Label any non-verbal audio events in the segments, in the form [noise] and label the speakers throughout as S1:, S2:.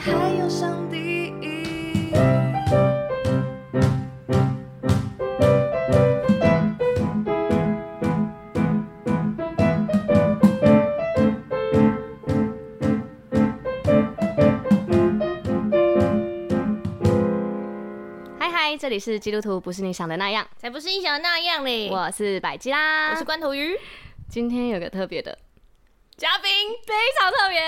S1: 还有上帝。
S2: 嗨嗨，这里是基督徒不是你想的那样，
S3: 才不是你想的那样嘞！
S2: 我是百吉啦。
S3: 我是关头鱼，
S2: 今天有个特别的，
S3: 嘉宾
S2: 非常特别，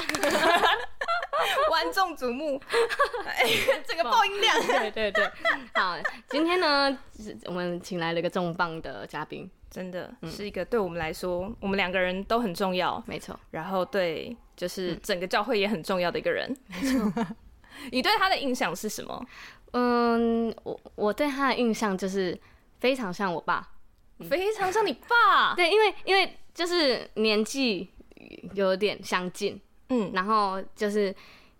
S3: 太期待
S2: 拍手。
S3: 了，万众瞩 [laughs] 目，哎整个爆音量。
S2: 对对对， [laughs] 好，今天呢，是我们请来了一个重磅的嘉宾，
S3: 真的是一个对我们来说，我们两个人都很重要，
S2: 没错，
S3: 然后对
S2: 嗯
S3: 就是整个教会也很重要的一个人。没错， [laughs] 你对他的印象是什么？
S2: 嗯，我我对他的印象就是非常像我爸，嗯
S3: 非常像你
S2: [laughs]
S3: 爸。
S2: 对，因为因为就是年纪有点相近，
S3: 嗯，
S2: 然后就是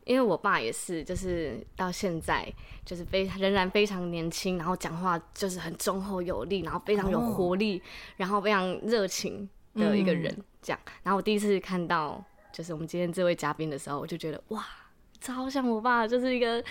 S2: 因为我爸也是，就是到现在就是非仍然非常年轻，然后讲话就是很忠厚有力，然后非常有
S3: 哦
S2: 活力，然后非常热情的一个人，
S3: 嗯
S2: 这样。然后我第一次看到就是我们今天这位嘉宾的时候，我就觉得哇。超像我爸，就是一个，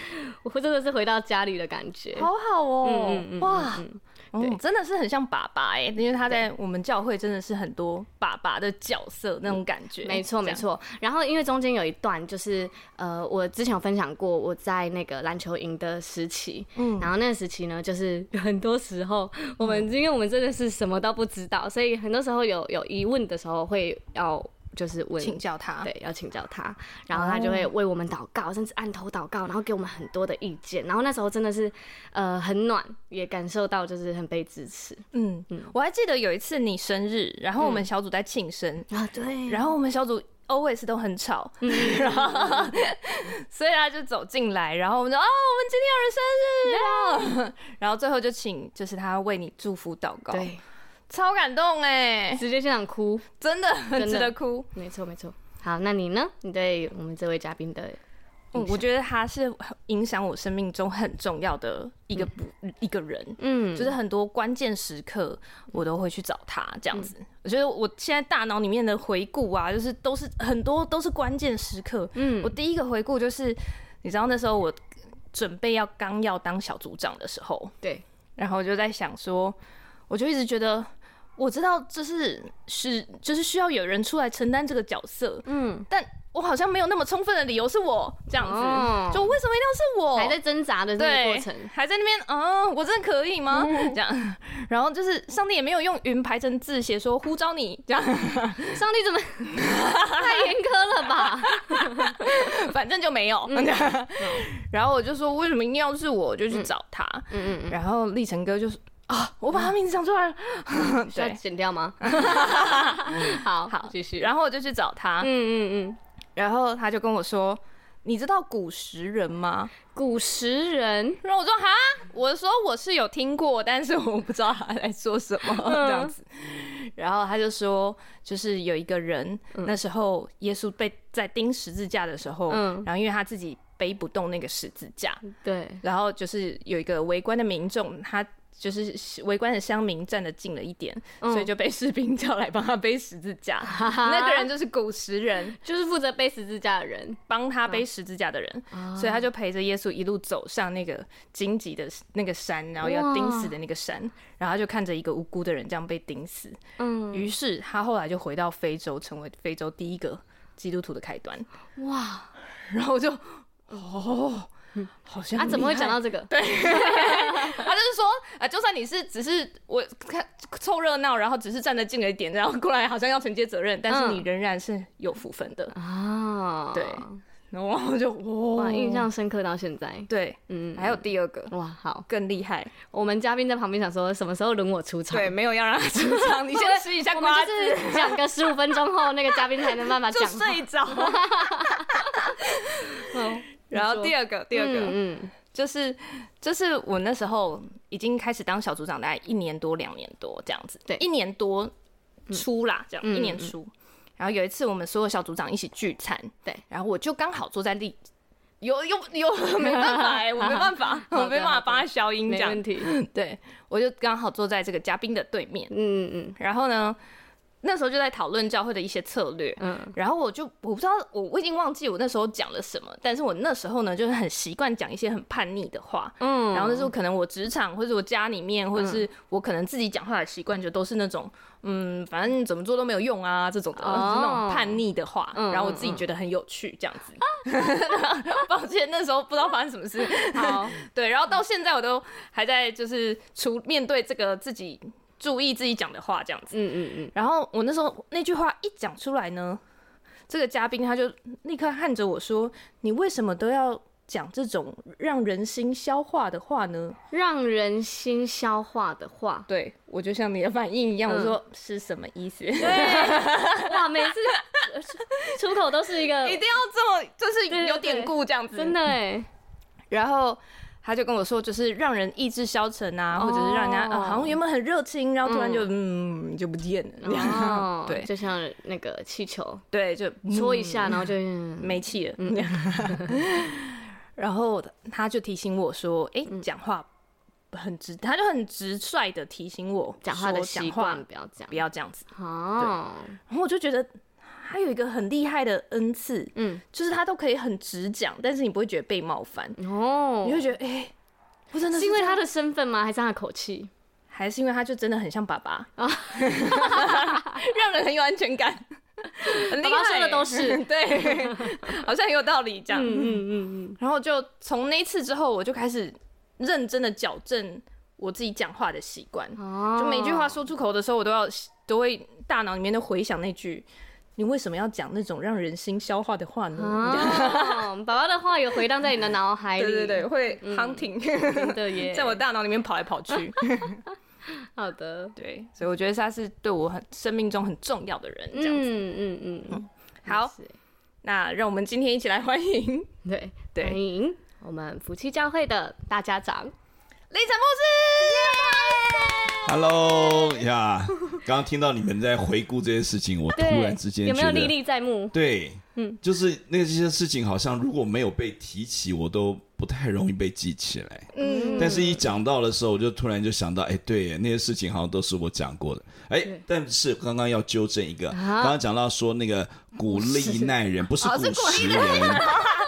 S2: 我真的是回到家里的感觉。
S3: 好好哦
S2: 嗯嗯嗯，
S3: 哇
S2: 嗯，对
S3: 哦，真的是很像爸爸哎，因为他在我们教会真的是很多爸爸的角色那种感觉。
S2: 嗯没错，
S3: 这
S2: 没
S3: 样。
S2: 错。然后因为中间有一段就是，呃，我之前有分享过我在那个篮球营的时期，嗯，然后那个时期呢，就是很多时候
S3: 嗯
S2: 我们、因为我们真的是什么都不知道，所以很多时候有有疑问的时候会要就是问。
S3: 请教哦他。
S2: 对，要请教他，然后他就会为我们祷告，甚至按头祷告，然后给我们很多的意见。然后那时候真的是，呃，很暖，也感受到就是很被支持
S3: 嗯，我还记得有一次你生日，然后我
S2: 嗯
S3: 们小组在庆生，
S2: 啊。对然
S3: 然
S2: 后
S3: 后我们小组 always 都很吵，
S2: 嗯
S3: [laughs] 然后所以他就走进来，然后我们就哦，我们今天有人生日啊，然后最后就请就是他为你祝福祷告，
S2: 对，
S3: 超感动哎，
S2: 直接现场哭，
S3: 真的很
S2: 真的
S3: 值得哭。
S2: 没错，没错。好，那你呢？你对我们这位嘉宾的
S3: 嗯，我觉得他是很影响我生命中很重要的一个不、一个人，
S2: 嗯，
S3: 就是很多关键时刻，我都会去找他这
S2: 嗯
S3: 样子。我觉得我现在大脑里面的回顾啊，就是都是很多都是关键时刻。
S2: 嗯
S3: 我第一个回顾就是，你知道那时候我准备要刚要当小组长的时候，
S2: 对，
S3: 然后我就在想说，我就一直觉得。我知道这是是就是需要有人出来承担这个角色，
S2: 嗯，
S3: 但我好像没有那么充分的理由是我这样子，
S2: 哦
S3: 就为什么一定要是我？
S2: 还在挣扎的那个
S3: 对，
S2: 过程，嗯
S3: 还在那边，嗯，我真的可以吗？这样，然后就是上帝也没有用云排成字写说呼召你，这样，
S2: [laughs] 上帝怎 [laughs] 么太严苛了吧？
S3: 反正就没有。
S2: 嗯
S3: 然后我就说为什么一定要是我，我就去找他。
S2: 嗯嗯
S3: 然后立成哥就说啊，我把他名字讲出来
S2: [laughs]
S3: 了，
S2: 嗯，需要
S3: [laughs] 对，
S2: 剪掉 [laughs] 吗？好
S3: 好
S2: 继续。
S3: 然后我就去找他，
S2: 嗯嗯嗯，
S3: 然后他就跟我说。你知道古时人吗？
S2: 古时人，
S3: 然后我说哈，我说我是有听过， [laughs] 但是我不知道他在说什么
S2: 嗯
S3: 这样子。然后他就说，就是有一个人，那时候耶稣被在钉十字架的时候，
S2: 嗯
S3: 然后因为他自己背不动那个十字架，
S2: 对，
S3: 然后就是有一个围观的民众，他。就是围观的乡民站得近了一点，
S2: 嗯
S3: 所以就被士兵 [laughs] 叫来帮他背十字架。那个人就是古时人，
S2: 就是负责背十字架的人，
S3: 帮他
S2: 嗯
S3: 背十字架的人。
S2: 啊
S3: 所以他就陪着耶稣一路走上那个荆棘的那个山，然后要钉死的那个山，然后他就看着一个无辜的人这样被钉死。
S2: 嗯，
S3: 于是他后来就回到非洲，成为非洲第一个基督徒的开端。
S2: 哇，
S3: 然后我就，哦，好像
S2: 啊，怎么会讲到
S3: 厉
S2: 这个？对，
S3: 害？他就是说，啊，就算你是只是我看凑热闹，然后只是站得近了一点，然后过来好像要承接责任，但是
S2: 嗯
S3: 你仍然是有福分的。
S2: 啊，
S3: 对然后我就，哦哇
S2: 哇，印象深刻到现在，
S3: 对，
S2: 嗯，
S3: 还有第二个
S2: 哇，好，
S3: 更厉害。
S2: 我们嘉宾在旁边想说，什么时候轮我出
S3: [laughs]
S2: 场？
S3: 对，没有要让他出 [laughs] 场，你先吃一下
S2: 我们
S3: 瓜
S2: 就
S3: 子，
S2: 是讲个十五分钟后，那个嘉宾才能办 [laughs] 法讲
S3: 就
S2: 话。
S3: 睡 [laughs] 着。
S2: 嗯
S3: 然后第二个，第二个、
S2: 嗯嗯
S3: 就是就是我那时候已经开始当小组长，大概一年多、两年多这样子，
S2: 对
S3: 一年多初啦，这样、
S2: 嗯
S3: 一年初。然后有一次我们所有小组长一起聚餐，
S2: 对，
S3: 然后我就刚好坐在立。有有有， [laughs] 没办法哎、我没办 [laughs] 法，我没办法帮他消音这
S2: 没
S3: 样
S2: 问。题。
S3: 对，我就刚好坐在这个嘉宾的对面，
S2: 嗯嗯
S3: 然后呢，那时候就在讨论教会的一些策略，
S2: 嗯
S3: 然后我就我不知道我我已经忘记我那时候讲了什么，但是我那时候呢就是很习惯讲一些很叛逆的话，
S2: 嗯，
S3: 然后那时候可能我职场或者我家里面，或者是我可能自己讲话的习惯，就都是那种嗯，反正怎么做都没有用啊这种的，
S2: 哦
S3: 就是那种叛逆的话，
S2: 嗯
S3: 然后我自己觉得很有趣这样子。 [laughs] 抱歉，那时候不知道发生什么事。 [laughs]
S2: 好，
S3: 对，然后到现在我都还在就是除面对这个自己注意自己讲的话这样子。
S2: 嗯嗯嗯，
S3: 然后我那时候那句话一讲出来呢，这个嘉宾他就立刻看着我说：“你为什么都要讲这种让人心消化的话呢？”
S2: 让人心消化的话，
S3: 对我就像你的反应一样，
S2: 嗯
S3: 我说是什么意思？ [laughs] 一定
S2: 哇，每次呃出出口都是一个，
S3: 要这么，就是有
S2: 对对
S3: 典故这样子。
S2: 真的哎，
S3: 然后他就跟我说，就是让人意志消沉啊，或者是让人家、呃
S2: 哦
S3: 好像原本很热情，然后突然就嗯就不见了。这样，
S2: 哦
S3: [laughs] 对嗯
S2: 就像那个气球
S3: 对，就
S2: 戳一下，然后就
S3: 没气了。
S2: 嗯
S3: [laughs] 然后他就提醒我说：“哎、
S2: 嗯
S3: 讲话很直，他就很直率的提醒我
S2: 讲话的
S3: 说
S2: 习
S3: 讲话
S2: 惯不要讲
S3: 不，要这样子。
S2: 哦，”
S3: 然后我就觉得他有一个很厉害的恩赐，
S2: 嗯，
S3: 就是他都可以很直讲，但是你不会觉得被冒犯，
S2: 哦
S3: 你，会觉得哎、诶我真的
S2: 是因为
S3: 这样
S2: 他的身份吗？还是他的口气？
S3: 还是因为他就真的很像爸
S2: [laughs]
S3: 爸，
S2: 哦
S3: [laughs] 让人很有安全感。很厉
S2: 爸爸
S3: 害
S2: 说的
S3: 耶
S2: 都是
S3: [laughs] 对，好像很有道理这样。
S2: 嗯嗯嗯
S3: 然后就从那一次之后，我就开始认真的矫正我自己讲话的习惯。
S2: 嗯，哦，
S3: 就每句话说出口的时候，我都要都会大脑里面都回想那句：“你为什么要讲那种让人心消化的话呢？” [laughs]
S2: 哦，爸爸的话有回荡在你的脑海里，
S3: 啊对对对，，会 hunting，、
S2: 真的
S3: [laughs]
S2: 耶，
S3: 在我大脑里面跑来跑去。
S2: 好的，
S3: [laughs] 对，所以我觉得他是对我很生命中很重要的人。这样子，
S2: 嗯嗯嗯，
S3: 好，
S2: 是
S3: 那让我们今天一起来欢迎李
S2: 对
S3: 对
S2: 欢迎我们夫妻教会的大家长，
S3: 晨牧师。
S1: Hello 呀，刚刚听到你们在回顾这些事情，我突然之间
S2: 有没有
S1: 觉得
S2: 历历在目？
S1: 对，嗯，就是那些事情，好像如果没有被提起，我都不太容易被记起来。
S3: 嗯，
S1: 但是，一讲到的时候，我就突然就想到，哎，对耶，那些事情好像都是我讲过的。哎，但是刚刚要纠正一个，刚刚讲到说那个古利奈人不是
S3: 哦
S1: 古
S3: 啊是古
S1: 时人，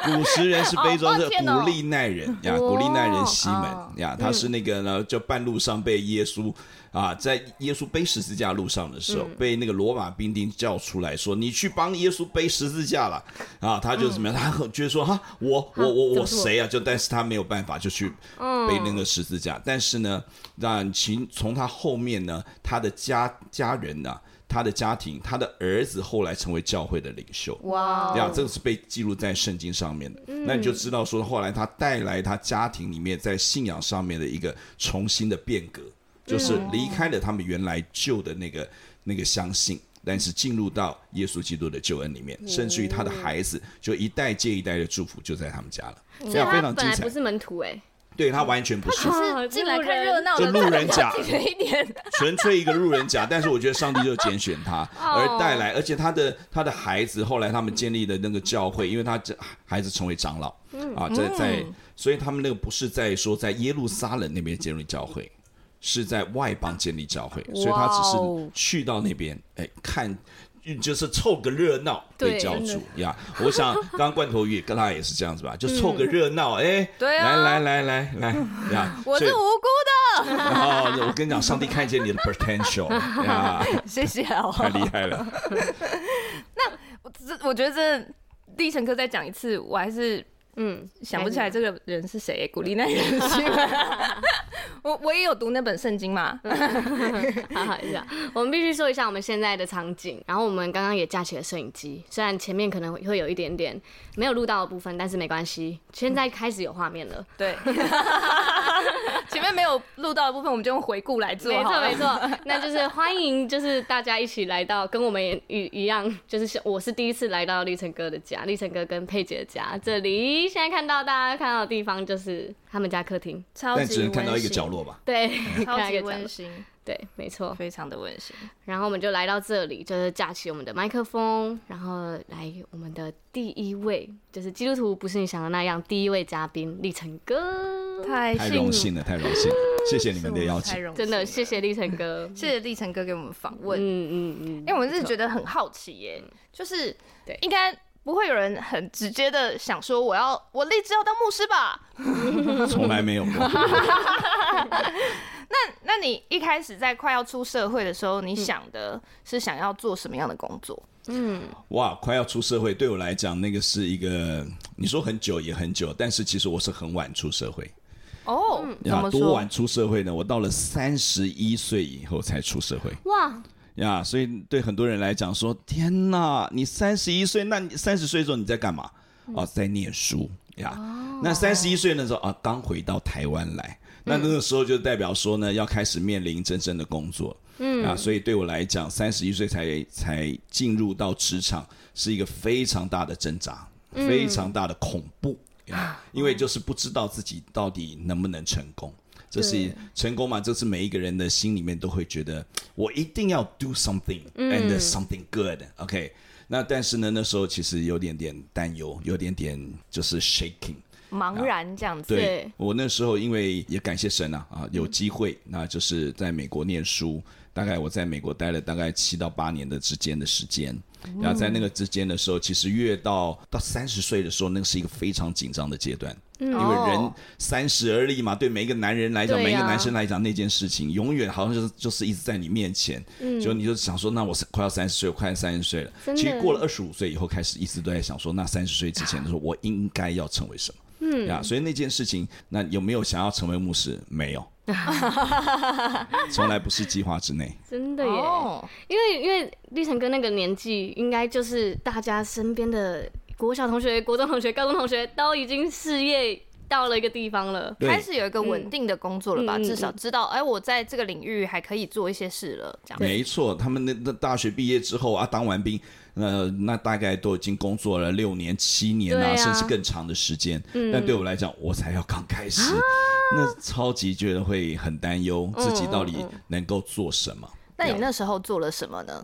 S1: 古时人是非洲
S3: 哦
S1: 是
S3: 抱歉哦
S1: 古利奈人呀，
S2: 哦
S1: 古利奈人西门
S3: 哦
S1: 呀，他是那个呢，就半路上被耶稣啊，在耶稣背十字架路上的时候，
S2: 嗯
S1: 被那个罗马兵丁叫出来说：“你去帮耶稣背十字架了。”啊，他就怎么样？他很觉得说：“哈，我我我
S2: 嗯怎
S1: 我
S2: 么说
S1: 谁啊？”就但是他没有办法，就去背那个十字
S2: 嗯
S1: 架。但是呢，那其从他后面呢，他的家家人呢、他的家庭，他的儿子后来成为教会的领袖。
S3: 哇哦
S1: 对啊，这个是被记录在圣经上面的。那你就知道说，后来他带来他家庭里面在信仰上面的一个重新的变革，就是离开了他们原来旧的那个那个相信。但是进入到耶稣基督的救恩里面，甚至于他的孩子就一代接一代的祝福就在他们家了，这
S2: 所以
S1: 样非
S2: 他本
S1: 常精
S2: 来
S1: 彩
S2: 不。是门徒 [laughs] 哎，
S1: 对他完全不是，
S3: 是进来看热闹的
S1: 就路人甲
S3: 站得远一点。
S1: 纯粹一个路人甲，但是我觉得上帝就拣选他，
S3: 哦
S1: 而带来，而且他的他的孩子后来他们建立的那个教会，因为他这孩子成为长老，
S3: 嗯
S1: 啊，在在，所以他们那个不是在说在耶路撒冷那边建立教会，是在外邦建立教会，所以他只
S3: 哇哦
S1: 是去到那边，哎，看。就是凑个热闹
S2: 对
S1: 被教
S2: 真的
S1: 主呀，我想刚刚罐头鱼跟他也是这样子吧，就凑个热闹，哎，
S3: 嗯对啊
S1: 来来来来来呀，
S3: 我
S1: 所以
S3: 是无辜
S1: 然后我跟你讲，上帝看见你的
S3: [laughs]
S1: potential 呀，
S3: 的， [laughs] 谢谢哦。
S1: 太厉害了。
S3: 这我觉得这立成哥再讲一次，我还是
S2: 嗯，
S3: 想不起来这个人是谁、鼓励那人 [laughs] 是吗我我也有读那本圣经嘛，
S2: 哈哈一下，我们必须说一下我们现在的场景。然后我们刚刚也架起了摄影机，虽然前面可能会有一点点没有录到的部分，但是没关系，现在开始有画面了。
S3: 对， [laughs] 前面没有录到的部分，我们就用回顾来做
S2: 没
S3: 好
S2: 错
S3: 了
S2: 没，错，那就是欢迎，就是大家一起来到跟我们也一一样，就是像我是第一次来到立成哥的家，立成哥跟佩姐的家这里。现在看到大家看到的地方就是他们家客厅，
S3: 超级
S1: 但
S3: 温馨
S1: 只能看到一个角，落吧。
S2: 对，
S3: 超
S2: 看到一
S3: 级
S2: 个角落
S3: 温馨，
S2: 对，没错。
S3: 非常的温馨。
S2: 然后我们就来到这里，就是架起我们的麦克风，然后来我们的第一位，就是基督徒不是你想的那样，第一位嘉宾立成哥。
S3: 太
S1: 太
S3: 幸
S1: 荣
S3: 福
S1: 幸了，太荣幸了，谢谢你们的邀
S3: 嗯太
S1: 请。
S3: 荣幸
S2: 真的谢
S3: 了
S2: 谢立成哥，
S3: 谢哎谢立成哥给我们访问。
S2: 嗯嗯嗯，
S3: 因为我真的觉得很好奇耶，就是
S2: 对
S3: 应该不会有人很直接的想说我要我立志要当牧师吧？
S1: 从来没有过。
S3: 那你一开始在快要出社会的时候，你想的是想要做什么样的工作？
S1: 哇，快要出社会，对我来讲，那个是一个你说很久也很久，但是其实我是很晚出社会。
S3: 哦，怎
S1: 呀
S3: 么，
S1: 多
S3: 说
S1: 晚？出社会呢？我到了三十一岁以后才出社会
S2: 哇，
S1: 呀，所以对很多人来讲说，天哪，你三十一岁，那你三十岁的时候你在干嘛？哦，在念书呀。那三十一岁那时候啊，刚回到台湾来，那那个时候就代表说呢，要开始面临真正的工作。嗯啊，所以对我来讲，三十一岁才才进入到职场，是一个非常大的挣扎，非常大的恐怖、呀因为就是不知道自己到底能不能成功。这是成功嘛？这是每一个人的心里面都会觉得，我一定要 do something
S2: 嗯
S1: and something good、OK，那但是呢，那时候其实有点点担忧，有点点就是 shaking。
S3: 茫然这样子，
S1: 对
S2: 对嗯
S1: 我那时候，因为也感谢神啊啊，有机会，那就是在美国念书，大概我在美国待了大概七到八年的之间的时间。
S2: 哦
S1: 然后在那个之间的时候，其实越到到三十岁的时候，那个是一个非常紧张的阶段，因为人
S3: 哦
S1: 三十而立嘛，对每一个男人来
S2: 嗯
S1: 讲，
S2: 对
S1: 每一个
S2: 呀
S1: 男生来讲，那件事情永远好像就是就是一直在你面前，就你就想说，那我是快要三十岁，我快要三十岁了。
S2: 嗯真的
S1: 其实过了二十五岁以后，开始一直都在想说，那三十岁之前的时候，我应该要成为什么？嗯，呀，所以那件事情，那有没有想要成为牧师？没
S2: [laughs]
S1: 有，从来不是计划之内。
S2: 真的耶，
S3: 哦，
S2: 因为因为立成哥那个年纪，应该就是大家身边的国小同学、国中同学、高中同学都已经事业到了一个地方了。
S1: 对
S3: 开始有一个稳定的工作了吧？
S2: 嗯嗯嗯
S3: 至少知道，哎，我在这个领域还可以做一些事了，这样子。
S1: 没错，他们那那大学毕业之后啊，当完兵，呃，那大概都已经工作了六年、七年
S2: 对
S1: 啊，
S2: 啊嗯
S1: 甚至更长的时间。但对我来讲，我才要刚开始，
S2: 啊
S1: 那超级觉得会很担忧，
S2: 嗯
S1: 自己到底能够做什么。
S3: 那你那时候做了什么呢？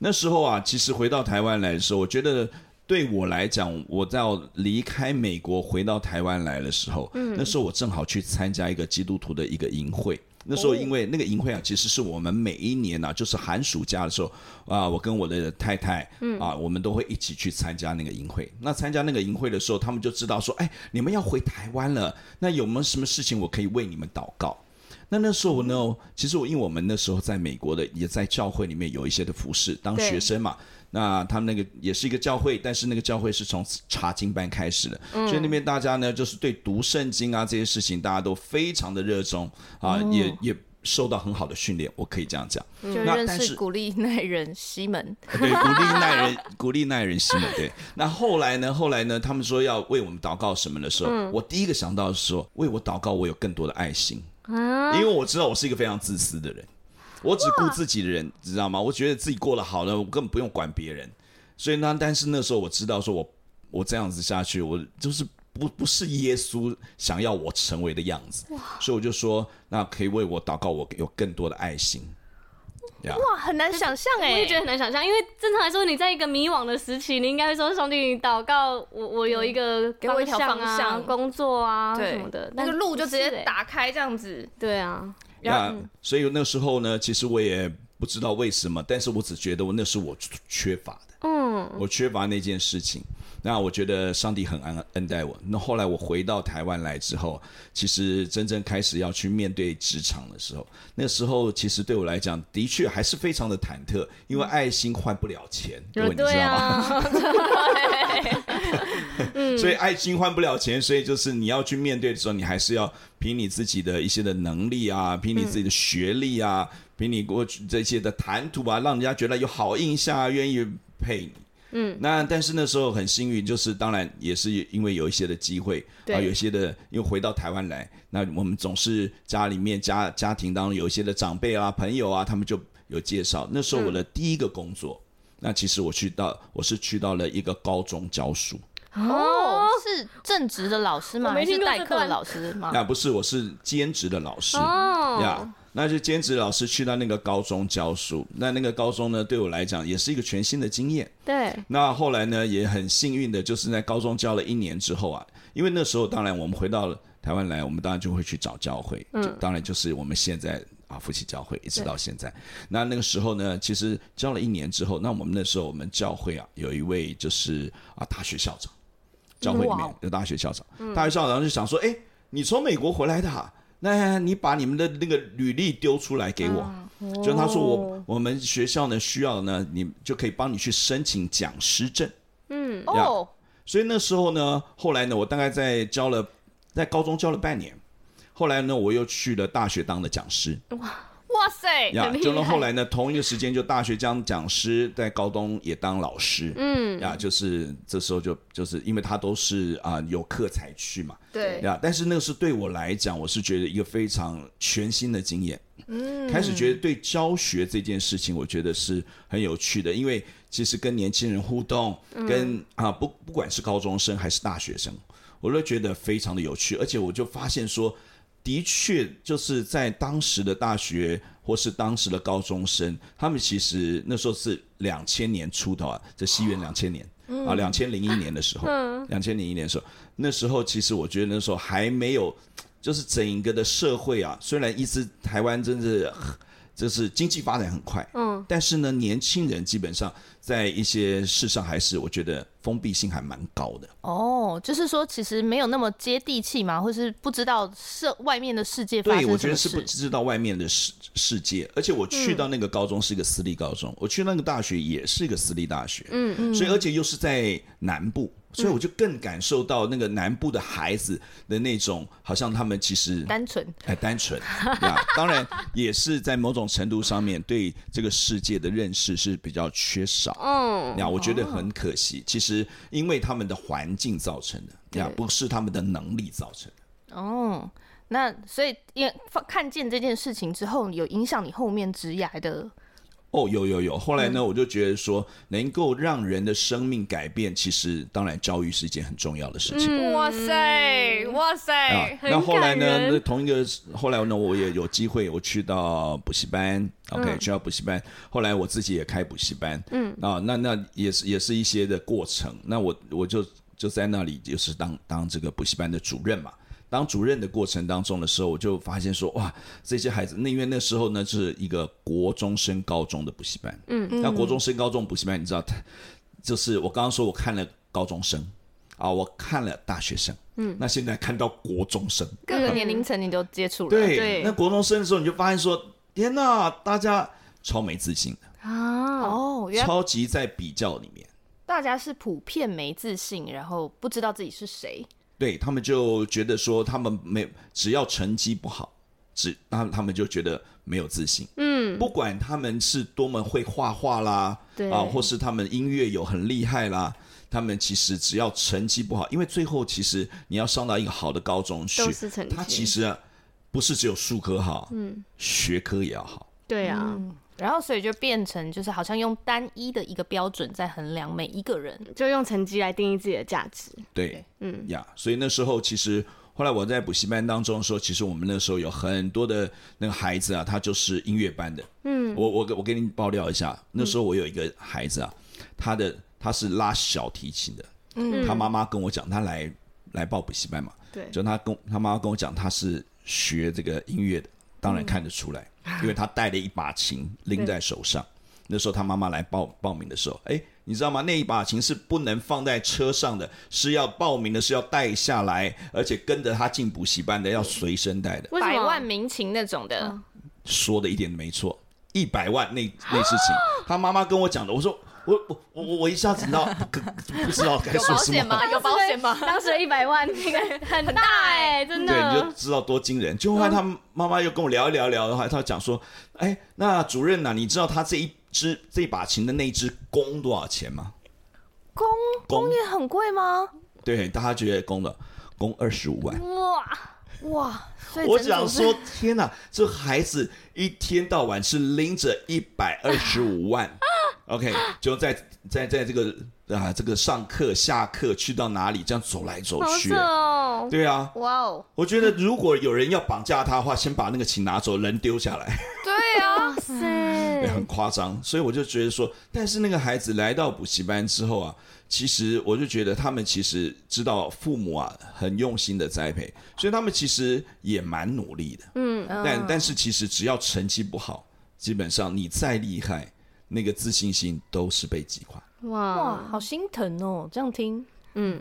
S1: 那时候啊，其实回到台湾来的时候，我觉得对我来讲，我在离开美国回到台湾来的时候，
S2: 嗯
S1: 那时候我正好去参加一个基督徒的一个营会。那时候，因为那个营会啊，其实是我们每一年啊，就是寒暑假的时候啊，我跟我的太太啊，我们都会一起去参加那个营会。那参加那个营会的时候，他们就知道说，哎，你们要回台湾了，那有没有什么事情我可以为你们祷告？那那时候呢，其实我因为我们那时候在美国的，也在教会里面有一些的服饰，当
S2: 对
S1: 学生嘛。那他们那个也是一个教会，但是那个教会是从查经班开始的，所以那边大家呢，就是对读圣经啊这些事情，大家都非常的热衷啊，也也受到很好的训练，我可以这样讲。
S3: 就
S1: 那
S3: 认
S1: 但
S3: 识
S1: 是
S3: 鼓励奈人西门，
S1: [laughs] 对，鼓励耐人， [laughs] 鼓励耐人心的。对，那后来呢？后来呢？他们说要为我们祷告什么的时候，我第一个想到的是说，为我祷告，我有更多的爱心，因为我知道我是一个非常自私的人，我只顾自己的人，知道吗？我觉得自己过得好了，我根本不用管别人。所以呢，但是那时候我知道，说我我这样子下去，我就是不不是耶稣想要我成为的样子，所以我就说，那可以为我祷告，我有更多的爱心。呀
S3: 哇，很难想象
S2: 我
S3: 哎，
S2: 也觉得很难想象，因为正常来说，你在一个迷惘的时期，你应该会说：“兄弟，你祷告，我我有一个
S3: 给我一条
S2: 方
S3: 方
S2: 啊
S3: 向
S2: 工作啊
S3: 对
S2: 什么的，
S3: 那
S2: 但
S3: 个路就直接
S2: 不是欸。
S3: 打开这样子。”
S2: 对啊，
S1: 那所以那时候呢，其实我也不知道为什么，但是我只觉得我那是我缺乏的，嗯，我缺乏那件事情。那我觉得上帝很恩恩待我。那后来我回到台湾来之后，其实真正开始要去面对职场的时候，那时候其实对我来讲，的确还是非常的忐忑，因为爱心换不了钱，各位你知道
S2: 嗯对
S1: 吗？
S2: 啊， [laughs]
S1: 所以爱心换不了钱，所以就是你要去面对的时候，你还是要凭你自己的一些的能力啊，凭你自己的学历啊，凭你过去这些的谈吐啊，让人家觉得有好印象啊，愿意配你。嗯，那但是那时候很幸运，就是当然也是因为有一些的机会，
S2: 对
S1: 啊，有一些的又回到台湾来，那我们总是家里面家家庭当中有一些的长辈啊、朋友啊，他们就有介绍。那时候我的第一个工作，那其实我去到我是去到了一个高中教书，
S3: 哦，是正职的老师吗？
S2: 我
S3: 还
S2: 没
S3: 是
S2: 听过
S3: 代
S2: 这
S3: 课
S2: 段
S3: 老师吗？
S1: 那不是，我是兼职的老 [laughs] 师
S2: 哦，
S1: 呀。那就兼职老师去到那个高中教书，那那个高中呢，对我来讲也是一个全新的经验。
S2: 对，
S1: 那后来呢，也很幸运的，就是在高中教了一年之后啊，因为那时候当然我们回到台湾来，我们当然就会去找教会，
S3: 嗯
S1: 就当然就是我们现在啊夫妻教会一直到现在。啊那那个时候呢，其实教了一年之后，那我们那时候我们教会啊有一位就是啊大学校长，教会里
S3: 哇
S1: 面
S3: 哦
S1: 有大学校长，大学校长就想说，哎，你从美国回来的、啊。那你把你们的那个履历丢出来给我，
S3: 啊
S1: 就他说我
S3: 哦
S1: 我们学校呢需要呢，你就可以帮你去申请讲师证。
S3: 哦，
S1: 所以那时候呢，后来呢，我大概在教了，在高中教了半年，后来呢，我又去了大学当了讲师
S3: 哇塞，
S1: 呀，
S2: 哎厉害
S1: 就呢后来呢，同一个时间就大学当讲师，在高中也当老师，嗯，呀，就是这时候就就是因为他都是啊、有课才去嘛，
S2: 对
S1: 呀，但是那个是对我来讲，我是觉得一个非常全新的经验。嗯，开始觉得对教学这件事情，我觉得是很有趣的，因为其实跟年轻人互动，跟啊不不管是高中生还是大学生，我都觉得非常的有趣，而且我就发现说，的确就是在当时的大学或是当时的高中生，他们其实那时候是两千年出头啊，这西元两千年。啊，两千零一年的时候，两千零一年的时候，那时候其实我觉得那时候还没有，就是整个的社会啊，虽然一直台湾真是就是经济发展很快，嗯，但是呢，年轻人基本上在一些事上还是我觉得封闭性还蛮高的。
S3: 哦，就是说其实没有那么接地气嘛，或是不知道社外面的世界发
S1: 对，
S3: 生
S1: 我觉
S3: 什
S1: 得
S3: 么
S1: 是不
S3: 事。嗯
S1: 知道外面的世世界，而且我去到那个高中是一个私立高中，我去那个大学也是一个私立大学，嗯嗯，所以而且又是在南部，
S3: 嗯
S1: 所以我就更感受到那个南部的孩子的那种，好像他们其实
S3: 单纯，
S1: 哎，单纯呀，当然也是在某种程度上面对这个世界的认识是比较缺少。啊
S2: 嗯，
S1: 呀，我觉得很可惜。其实因为他们的环境造成的，呀，不是他们的能力造成的。
S3: 哦，那所以因发看见这件事情之后，有影响你后面职涯的
S1: 哦，有有有。后来呢，我就觉得说，能够让人的生命改变，其实当然教育是一件很重要的事情。
S3: 哇塞，哇
S1: 啊
S3: 塞，，
S1: 那后来
S2: 感
S1: 呢？
S2: 人
S1: 那同一个后来呢，我也有机会，我去到补习
S3: 嗯
S1: 班，OK，、去到补习班。后来我自己也开补习班，嗯，啊，那那也是也是一些的过程。那我我就就在那里就是当当这个补习班的主任嘛。当主任的过程当中的时候，我就发现说，哇，这些孩子，那因为那时候呢是一个国中升高中的补习班，嗯，那国中升高中补习班，你知道，它就是我刚刚说我看了高中生，啊，我看了大学生，嗯，那现在看到国中生，
S3: 各个嗯年龄层你都接触了，
S1: 对，
S2: 对
S1: 那国中生的时候你就发现说，天哪，大家超没自信的，
S2: 啊，
S3: 哦，原来
S1: 超级在比较里面，
S3: 大家是普遍没自信，然后不知道自己是谁，
S1: 对他们就觉得说他们没只要成绩不好，只他他们就觉得没有自信，嗯，不管他们是多么会画画啦，
S2: 对
S1: 啊，或是他们音乐有很厉害啦。他们其实只要成绩不好，因为最后其实你要上到一个好的高中去，
S2: 都是成绩
S1: 他其实啊不是只有数科好，嗯，学科也要好。
S2: 对啊，
S3: 然后所以就变成就是好像用单一的一个标准在衡量每一个人，
S2: 就用成绩来定义自己的价值。
S1: 对，嗯呀，所以那时候其实后来我在补习班当中的时候，其实我们那时候有很多的那个孩子啊，他就是音乐班的。嗯，我我我给你爆料一下，那时候我有一个孩子啊，他的他是拉小提琴的，嗯，他妈妈跟我讲，他来来报补习班嘛，
S2: 对
S1: 就他跟他妈妈跟我讲，他是学这个音乐的，当然看得出来，因为他带了一把琴拎在手上。那时候他妈妈来报报名的时候，哎，你知道吗？那一把琴是不能放在车上的，是要报名的，是要带下来，而且跟着他进补习班的，要随身带的。
S2: 为什
S3: 百
S2: 么
S3: 万民情那种的，
S1: 说的一点没错，一百万那那事情，他妈妈跟我讲的，我说。我我我我一下子你知道不不知道该说什么，
S3: 有保险吗？
S2: [laughs] 当时一百万那 [laughs] 个很大哎、真
S1: 对，你
S2: 的
S1: 就。知道多惊人。就后来他妈妈又跟我聊一聊聊的话，他讲说，哎，那主任呐、你知道他这一支这把琴的那一支弓多少钱吗？
S3: 公
S1: 公
S3: 公也很贵吗？
S1: 对，大家觉得弓的弓二十五万。
S2: 哇，
S3: 哇，所以
S1: 我
S3: 整
S2: [laughs]
S3: 组
S1: 想
S3: 是
S1: 说，天哪，这孩子一天到晚是拎着一百二十
S2: [laughs]
S1: 五万，OK，就在在在这个啊这个上课下课去到哪里这样走来走
S2: 好
S1: 去
S2: 扯，哦！
S1: 对啊，
S2: 哇哦，
S1: 我觉得如果有人要绑架他的话，先把那个琴拿走，人丢下来。
S3: 对啊，
S2: 哇塞，
S1: 欸很夸张。所以我就觉得说，但是那个孩子来到补习班之后啊，其实我就觉得他们其实知道父母啊很用心的栽培，所以他们其实也蛮努力的。嗯，但但是其实只要成绩不好，基本上你再厉害，那个自信心都是被击垮。
S3: 哇
S2: 哇，，
S3: 好心疼哦，这样听。
S2: 嗯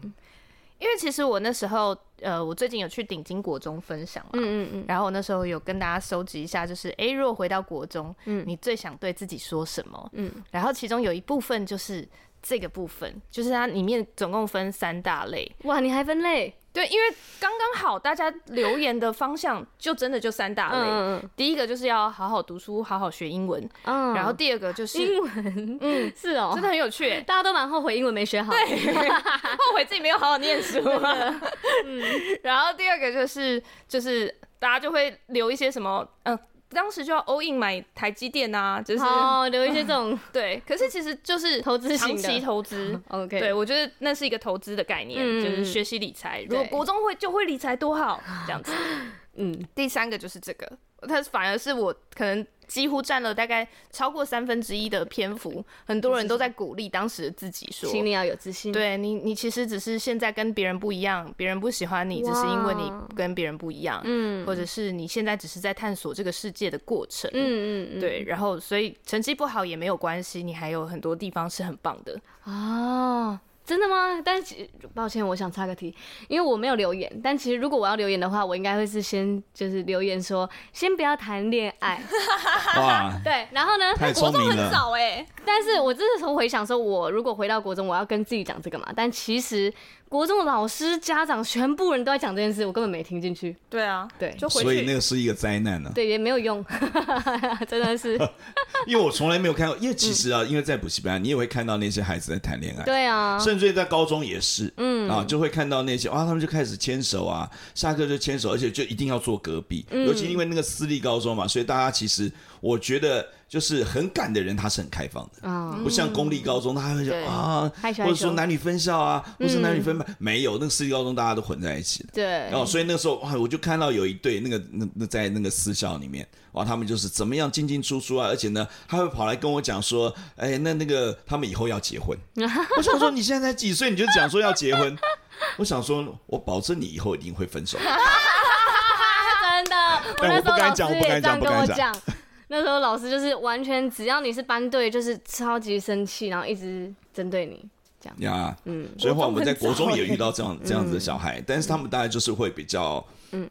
S3: 因为其实我那时候，呃，我最近有去顶金国中分享嘛，
S2: 嗯嗯
S3: 然后我那时候有跟大家收集一下，就是诶，如果回到国中，你最想对自己说什么？
S2: 嗯
S3: 然后其中有一部分就是这个部分，就是它里面总共分三大类。
S2: 嗯，哇，你还分类？
S3: 对，因为刚刚好大家留言的方向就真的就三大类，
S2: 嗯嗯
S3: 第一个就是要好好读书，好好学英文，
S2: 嗯，
S3: 然后第二个就是
S2: 英文，嗯，是哦，，
S3: 真的很有趣、欸
S2: 大家都蛮后悔英文没学好。对，
S3: [laughs]
S2: [laughs]
S3: 后悔自己没有好好念书啊。 [laughs]
S2: 嗯
S3: 然后第二个就是就是大家就会留一些什么，嗯、当时就要 all in 买台积电啊，就是、
S2: 好，留一些这种
S3: 对，可是其实就是
S2: 哦投资型
S3: 长
S2: 的。
S3: 期投资
S2: OK，
S3: 对，我觉得那是一个投资的概念，
S2: 嗯
S3: 就是学习理财。如果
S2: 对
S3: 国中会就会理财多好，这 [gasps] 样子。
S2: 嗯
S3: 第三个就是这个，它反而是我可能几乎占了大概超过三分之一的篇幅，很多人都在鼓励当时的自己说，
S2: 请你要有自信。，
S3: 对你，你其实只是现在跟别人不一样，别人不喜欢你，只是因为你
S2: 哇
S3: 跟别人不一样，
S2: 嗯
S3: 或者是你现在只是在探索这个世界的过程，
S2: 嗯嗯嗯，
S3: 对，然后所以成绩不好也没有关系，你还有很多地方是很棒的，
S2: 哦，真的吗？但其抱歉，我想插个题，因为我没有留言。但其实如果我要留言的话，我应该会是先就是留言说，先不要谈恋爱。，
S1: 哇
S2: 对，然后呢？
S1: 太
S3: 国
S1: 聪
S3: 中
S1: 明
S3: 很
S1: 了。
S3: 早哎、
S2: 但是我真的时候回想说，我如果回到国中，我要跟自己讲这个嘛。但其实国中的老师、家长全部人都在讲这件事，我根本没听进去。
S3: 对啊，
S2: 对
S3: 就回
S1: 所以那
S3: 去。
S1: 个是一个灾难啊呢、
S2: 对，也没有用， [laughs] 真的是。
S1: 因为我从来没有看到，因为其实
S3: 嗯
S1: 啊，因为在补习班，你也会看到那些孩子在谈恋爱，
S2: 对
S1: [laughs]
S2: 啊，
S1: 甚至于在高中也是，嗯啊，就会看到那些啊，他们就开始牵手啊，下课就牵手，而且就一定要坐隔壁，
S2: 嗯
S1: 尤其因为那个私立高中嘛，所以大家其实我觉得就是很敢的人，他是很开放的。
S2: 啊，
S1: 不像公立高中，他会说
S3: 对
S1: 啊，
S2: 害羞嗯
S1: 或者说
S2: 害羞
S1: 男女分校啊，或是男女分班，没有那个私立高中大家都混在一起的。
S2: 对
S1: 然，后，哦所以那时候哇，我就看到有一对那个那那在那个私校里面，哇，他们就是怎么样进进出出啊，而且呢，他会跑来跟我讲说，哎，那那个他们以后要结婚。我想说，你现在才几岁你就讲说要结婚？我想说，我保证你以后一定会分手。
S2: 真
S1: [laughs]
S2: 的，我
S1: 但
S2: 那
S1: 我
S2: 时
S1: 不
S2: 候老
S1: 敢
S2: 师
S1: 讲我不
S2: 也
S1: 敢
S2: 这样
S1: 讲不
S2: 跟我
S1: 敢
S2: 讲。那时候老师就是完全，只要你是班队，就是超级生气，然后一直针对你。
S1: 呀，嗯，所以话我们在国中也遇到这样这样子的小孩，但是他们大概就是会比较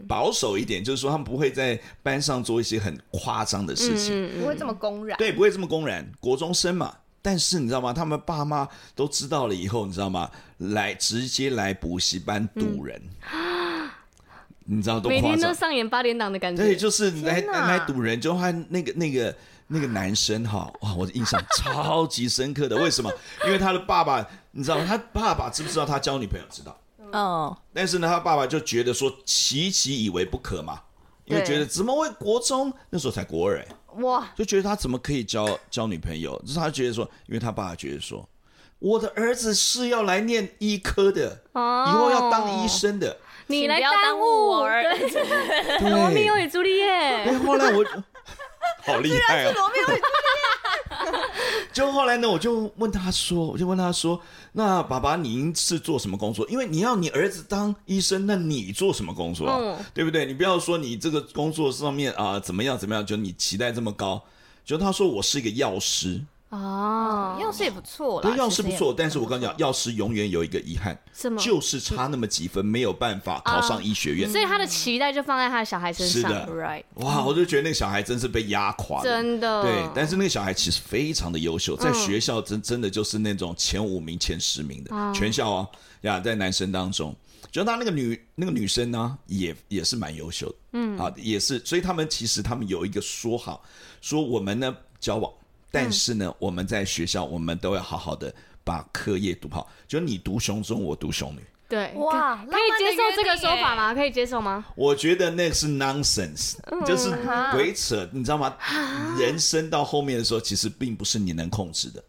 S1: 保守一点，就是说他们不会在班上做一些很夸张的事情，
S2: 嗯
S3: 不会这么公然，
S1: 对，不会这么公然，国中生嘛。但是你知道吗？他们爸妈都知道了以后，你知道吗？来直接来补习班堵人，你知道多
S2: 每
S1: 夸
S2: 天都
S1: 张？
S2: 上演八点档的感觉。
S1: 对，就是来
S3: 天哪
S1: 来堵人，就他那个那个那个男生哈，哇，我的印象超级深刻的。为什么？因为他的爸爸，你知道吗？他爸爸知不知道他交女朋友？知道。
S3: 嗯，
S1: 但是呢，他爸爸就觉得说，其其以为不可嘛，因为
S3: 对
S1: 觉得怎么会国中那时候才国二、欸，
S3: 哇，
S1: 就觉得他怎么可以交交女朋友？就是他觉得说，因为他爸爸觉得说，我的儿子是要来念医科的，
S2: 哦
S1: 以后要当医。生的。
S2: 你来
S3: 请不要
S2: 耽
S3: 耽误我儿
S2: 对，
S1: 对，
S2: 罗密欧与朱丽叶。
S1: 哎，后来
S2: [laughs]
S1: 我好厉害哦！
S3: 罗密欧与
S1: [laughs] 就后来呢，我就问他说，我就问他说，那爸爸您是做什么工作？因为你要你儿子当医生，那你做什么工作、啊？
S2: 嗯
S1: 对不对？你不要说你这个工作上面啊、怎么样怎么样，就你期待这么高。就他说我是一个药师，
S3: [laughs]
S2: 哦，
S3: 药师也不错啦，
S1: 对，药师
S3: 其
S1: 不
S3: 实也
S1: 错，但是我跟你讲，药师永远有一个遗憾，
S2: 什么嗯
S1: 就是差那么几分，没有办法考上医学院。
S2: 所以他的期待就放在他的小孩身
S1: 是
S2: 上。
S1: 的，
S3: ，right，
S1: 哇，我就觉得那个小孩真是被压垮了，
S2: 真的
S1: 对，但是那个小孩其实非常的优秀，在学校真真的就是那种前五名、前十名的、全校哦呀，在男生当中，就他那个女那个女生呢，也也是蛮优秀的，嗯啊，也是，所以他们其实他们有一个说好，说我们呢交往，但是呢，我们在学校我们都要好好的把课业读好，就你读雄中，我读雄女。
S2: 对，
S3: 哇
S2: 可可以接受这个说法
S3: 浪漫的约定
S2: 吗？可以接受吗？
S1: 我觉得那是 nonsense，、就是鬼扯，你知道 [laughs] 吗？人生到后面的时候，其实并不是你能控制的。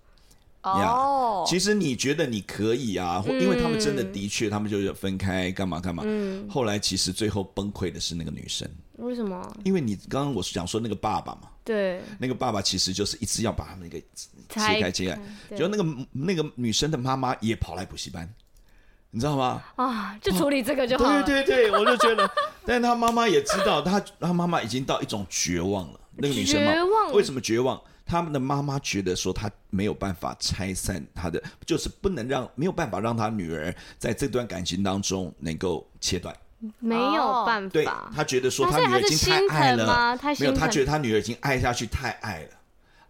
S3: 哦，
S1: 其实你觉得你可以啊，或因为他们真的的确，他们就是分开干嘛干嘛。后来其实最后崩溃的是那个女生，
S2: 为什么？
S1: 因为你刚刚我是讲说那个爸爸嘛，
S2: 对，
S1: 那个爸爸其实就是一直要把他们那个
S2: 拆
S1: 切开切开，
S2: 对
S1: 就那个那个女生的妈妈也跑来补习班，你知道吗？
S2: 啊，就处理这个就好了。
S1: 对对对，我就觉得，但是他妈妈也知道，他他妈妈已经到一种绝望了。那个女生嘛
S2: 绝望
S1: 为什么绝望？他们的妈妈觉得说，她没有办法拆散她的，就是不能让没有办法让她女儿在这段感情当中能够切断。
S2: 没有办
S1: 哦对
S2: 法，
S1: 她觉得说，
S2: 那
S1: 她
S2: 所以
S1: 女儿
S2: 她
S1: 已
S2: 是
S1: 经太
S2: 心
S1: 爱
S2: 疼吗
S1: 了
S2: 太，
S1: 没有，
S2: 心
S1: 她
S2: 疼
S1: 觉得她女儿已经爱下去太爱了，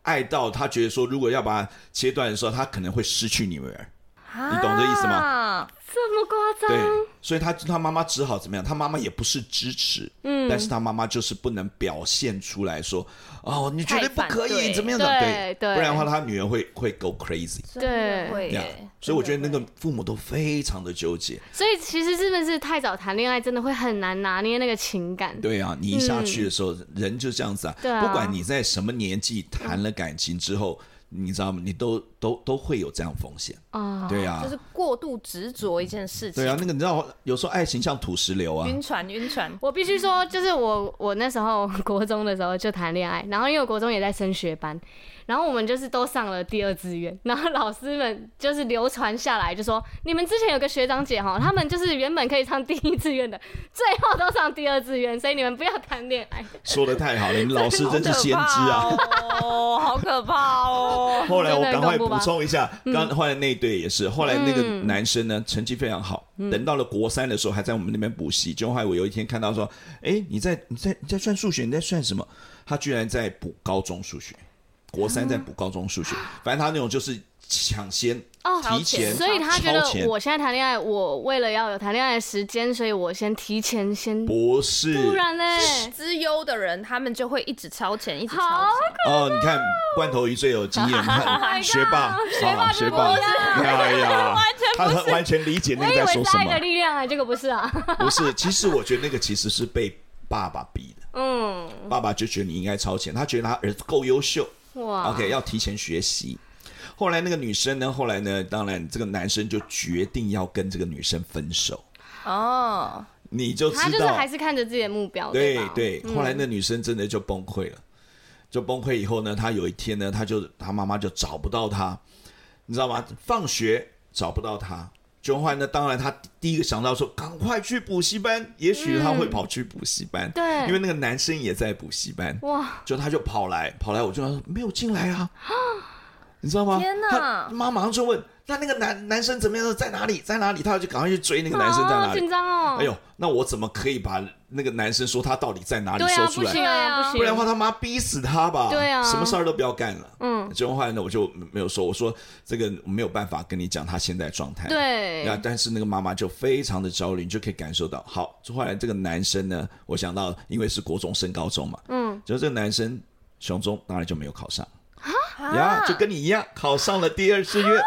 S1: 爱到她觉得说，如果要把她切断的时候，她可能会失去女儿。
S3: 啊
S1: 你懂这意思吗
S3: 吗？
S2: 这么夸张？
S1: 对，所以他他妈妈只好怎么样？他妈妈也不是支持，嗯，但是他妈妈就是不能表现出来说，哦，你绝对不可
S3: 太反
S1: 以
S3: 对
S1: 怎么样怎么样
S2: 对对
S1: 不然的话他女儿会会 go crazy，
S3: 真的会
S1: 对
S3: 耶
S1: 啊，所以我觉得那
S3: 真的
S1: 个父母都非常的纠结，
S2: 所以其实真的是太早谈恋爱，真的会很难拿捏那个情感。
S1: 对啊，你一下去的时候，人就这样
S3: 嗯
S1: 子啊，
S2: 对啊
S1: 不管你在什么年纪谈了感情之后，你知道吗？你都都都会有这样风险，
S2: 啊，
S1: 对啊
S3: 会，就是过度执着一件事情，
S1: 对啊，那个你知道，有时候爱情像土石流啊，
S3: 晕船晕船，
S2: 我必须说，就是我我那时候国中的时候就谈恋爱，然后因为我国中也在升学班，然后我们就是都上了第二志愿，然后老师们就是流传下来就说，你们之前有个学长姐哈，他们就是原本可以上第一志愿的，最后都上第二志愿，所以你们不要谈恋爱。
S1: 说的太好了，你老师真是先知啊。
S3: 好可怕哦，好可怕
S2: [laughs]
S1: [laughs]
S3: 哦，
S1: 后来我
S2: 真的
S1: 赶
S2: 很
S1: 快
S2: 恐
S1: 补
S2: 怖吧嗯
S1: 充一下，刚后来那一对也是，后来那个男生呢成绩非常好，
S2: 嗯
S1: 等到了国三的时候还在我们那边补习，就后来我有一天看到说，哎，你在你在你在算数学，你在算什么？他居然在补高中数学，国三
S2: 啊
S1: 在补高中数学，反正他那种就是抢先
S2: 哦
S1: 提前，
S2: 所以他觉
S1: 超前
S2: 得我现在谈恋爱，我为了要有谈恋爱的时间，所以我先提前先，
S1: 不是
S2: 不然嘞，
S3: 资优的人他们就会一直超前，一直超
S2: 好
S3: 前。
S1: 哦，你看罐头鱼最
S2: [laughs]
S1: 有经验，看
S2: God，
S1: 学霸，
S2: [laughs] 学霸
S1: 啊
S2: 就是
S1: 学霸，
S2: 不一
S1: 哎
S2: [laughs]
S1: 呀，他很完全理解
S2: 我
S1: 那
S2: 以
S1: 个在说
S2: 为是
S1: 什
S2: 爱的
S1: 么，
S2: 力量啊，结果不是啊， [laughs]
S1: [laughs] 不是，其实我觉得那个其实是被爸爸逼的。
S2: 嗯，
S1: 爸爸就觉得你应该超前，他觉得他儿子够优秀
S2: 哇
S1: ，OK，要提前学习。后来那个女生呢？后来呢？当然，这个男生就决定要跟这个女生分手，
S3: 哦，
S1: 你就
S2: 他
S1: 知
S2: 就是
S1: 道
S2: 还，是看着自己的目标，
S1: 对
S2: 吧？嗯
S1: 对。后来那女生真的就崩溃了，就崩溃以后呢，她有一天呢，她就她妈妈就找不到她，你知道吗？放学找不到她，就后来呢，当然她第一个想到说，赶快去补习班，也许她会跑去补习班，
S2: 对
S1: 因为那个男生也在补习班，
S2: 哇，
S1: 就他就跑来跑来，我就跟他说没有进来啊，你知道吗？
S3: 天哪
S1: 他妈马上就问，那那个男男生怎么样？在哪里？在哪里？他就赶快去追那个男生在哪
S2: 好
S1: 里
S2: 紧。张哦，
S1: 哎呦，那我怎么可以把那个男生说他到底在哪里
S2: 对
S1: 说
S2: 啊，不
S1: 出来？
S2: 行啊，不行，
S1: 不然的话，他妈逼死他吧！
S2: 对啊
S1: 什么事儿都不要干了。
S2: 嗯，
S1: 结果后来呢，我就没有说，我说这个没有办法跟你讲他现在状态。
S2: 对
S1: 那但是那个妈妈就非常的焦虑，你就可以感受到。好，就后来这个男生呢，我想到因为是国中升高中嘛，嗯，就这个男生雄中当然就没有考上，
S2: 啊
S1: 呀，就跟你一样考上了第二志愿，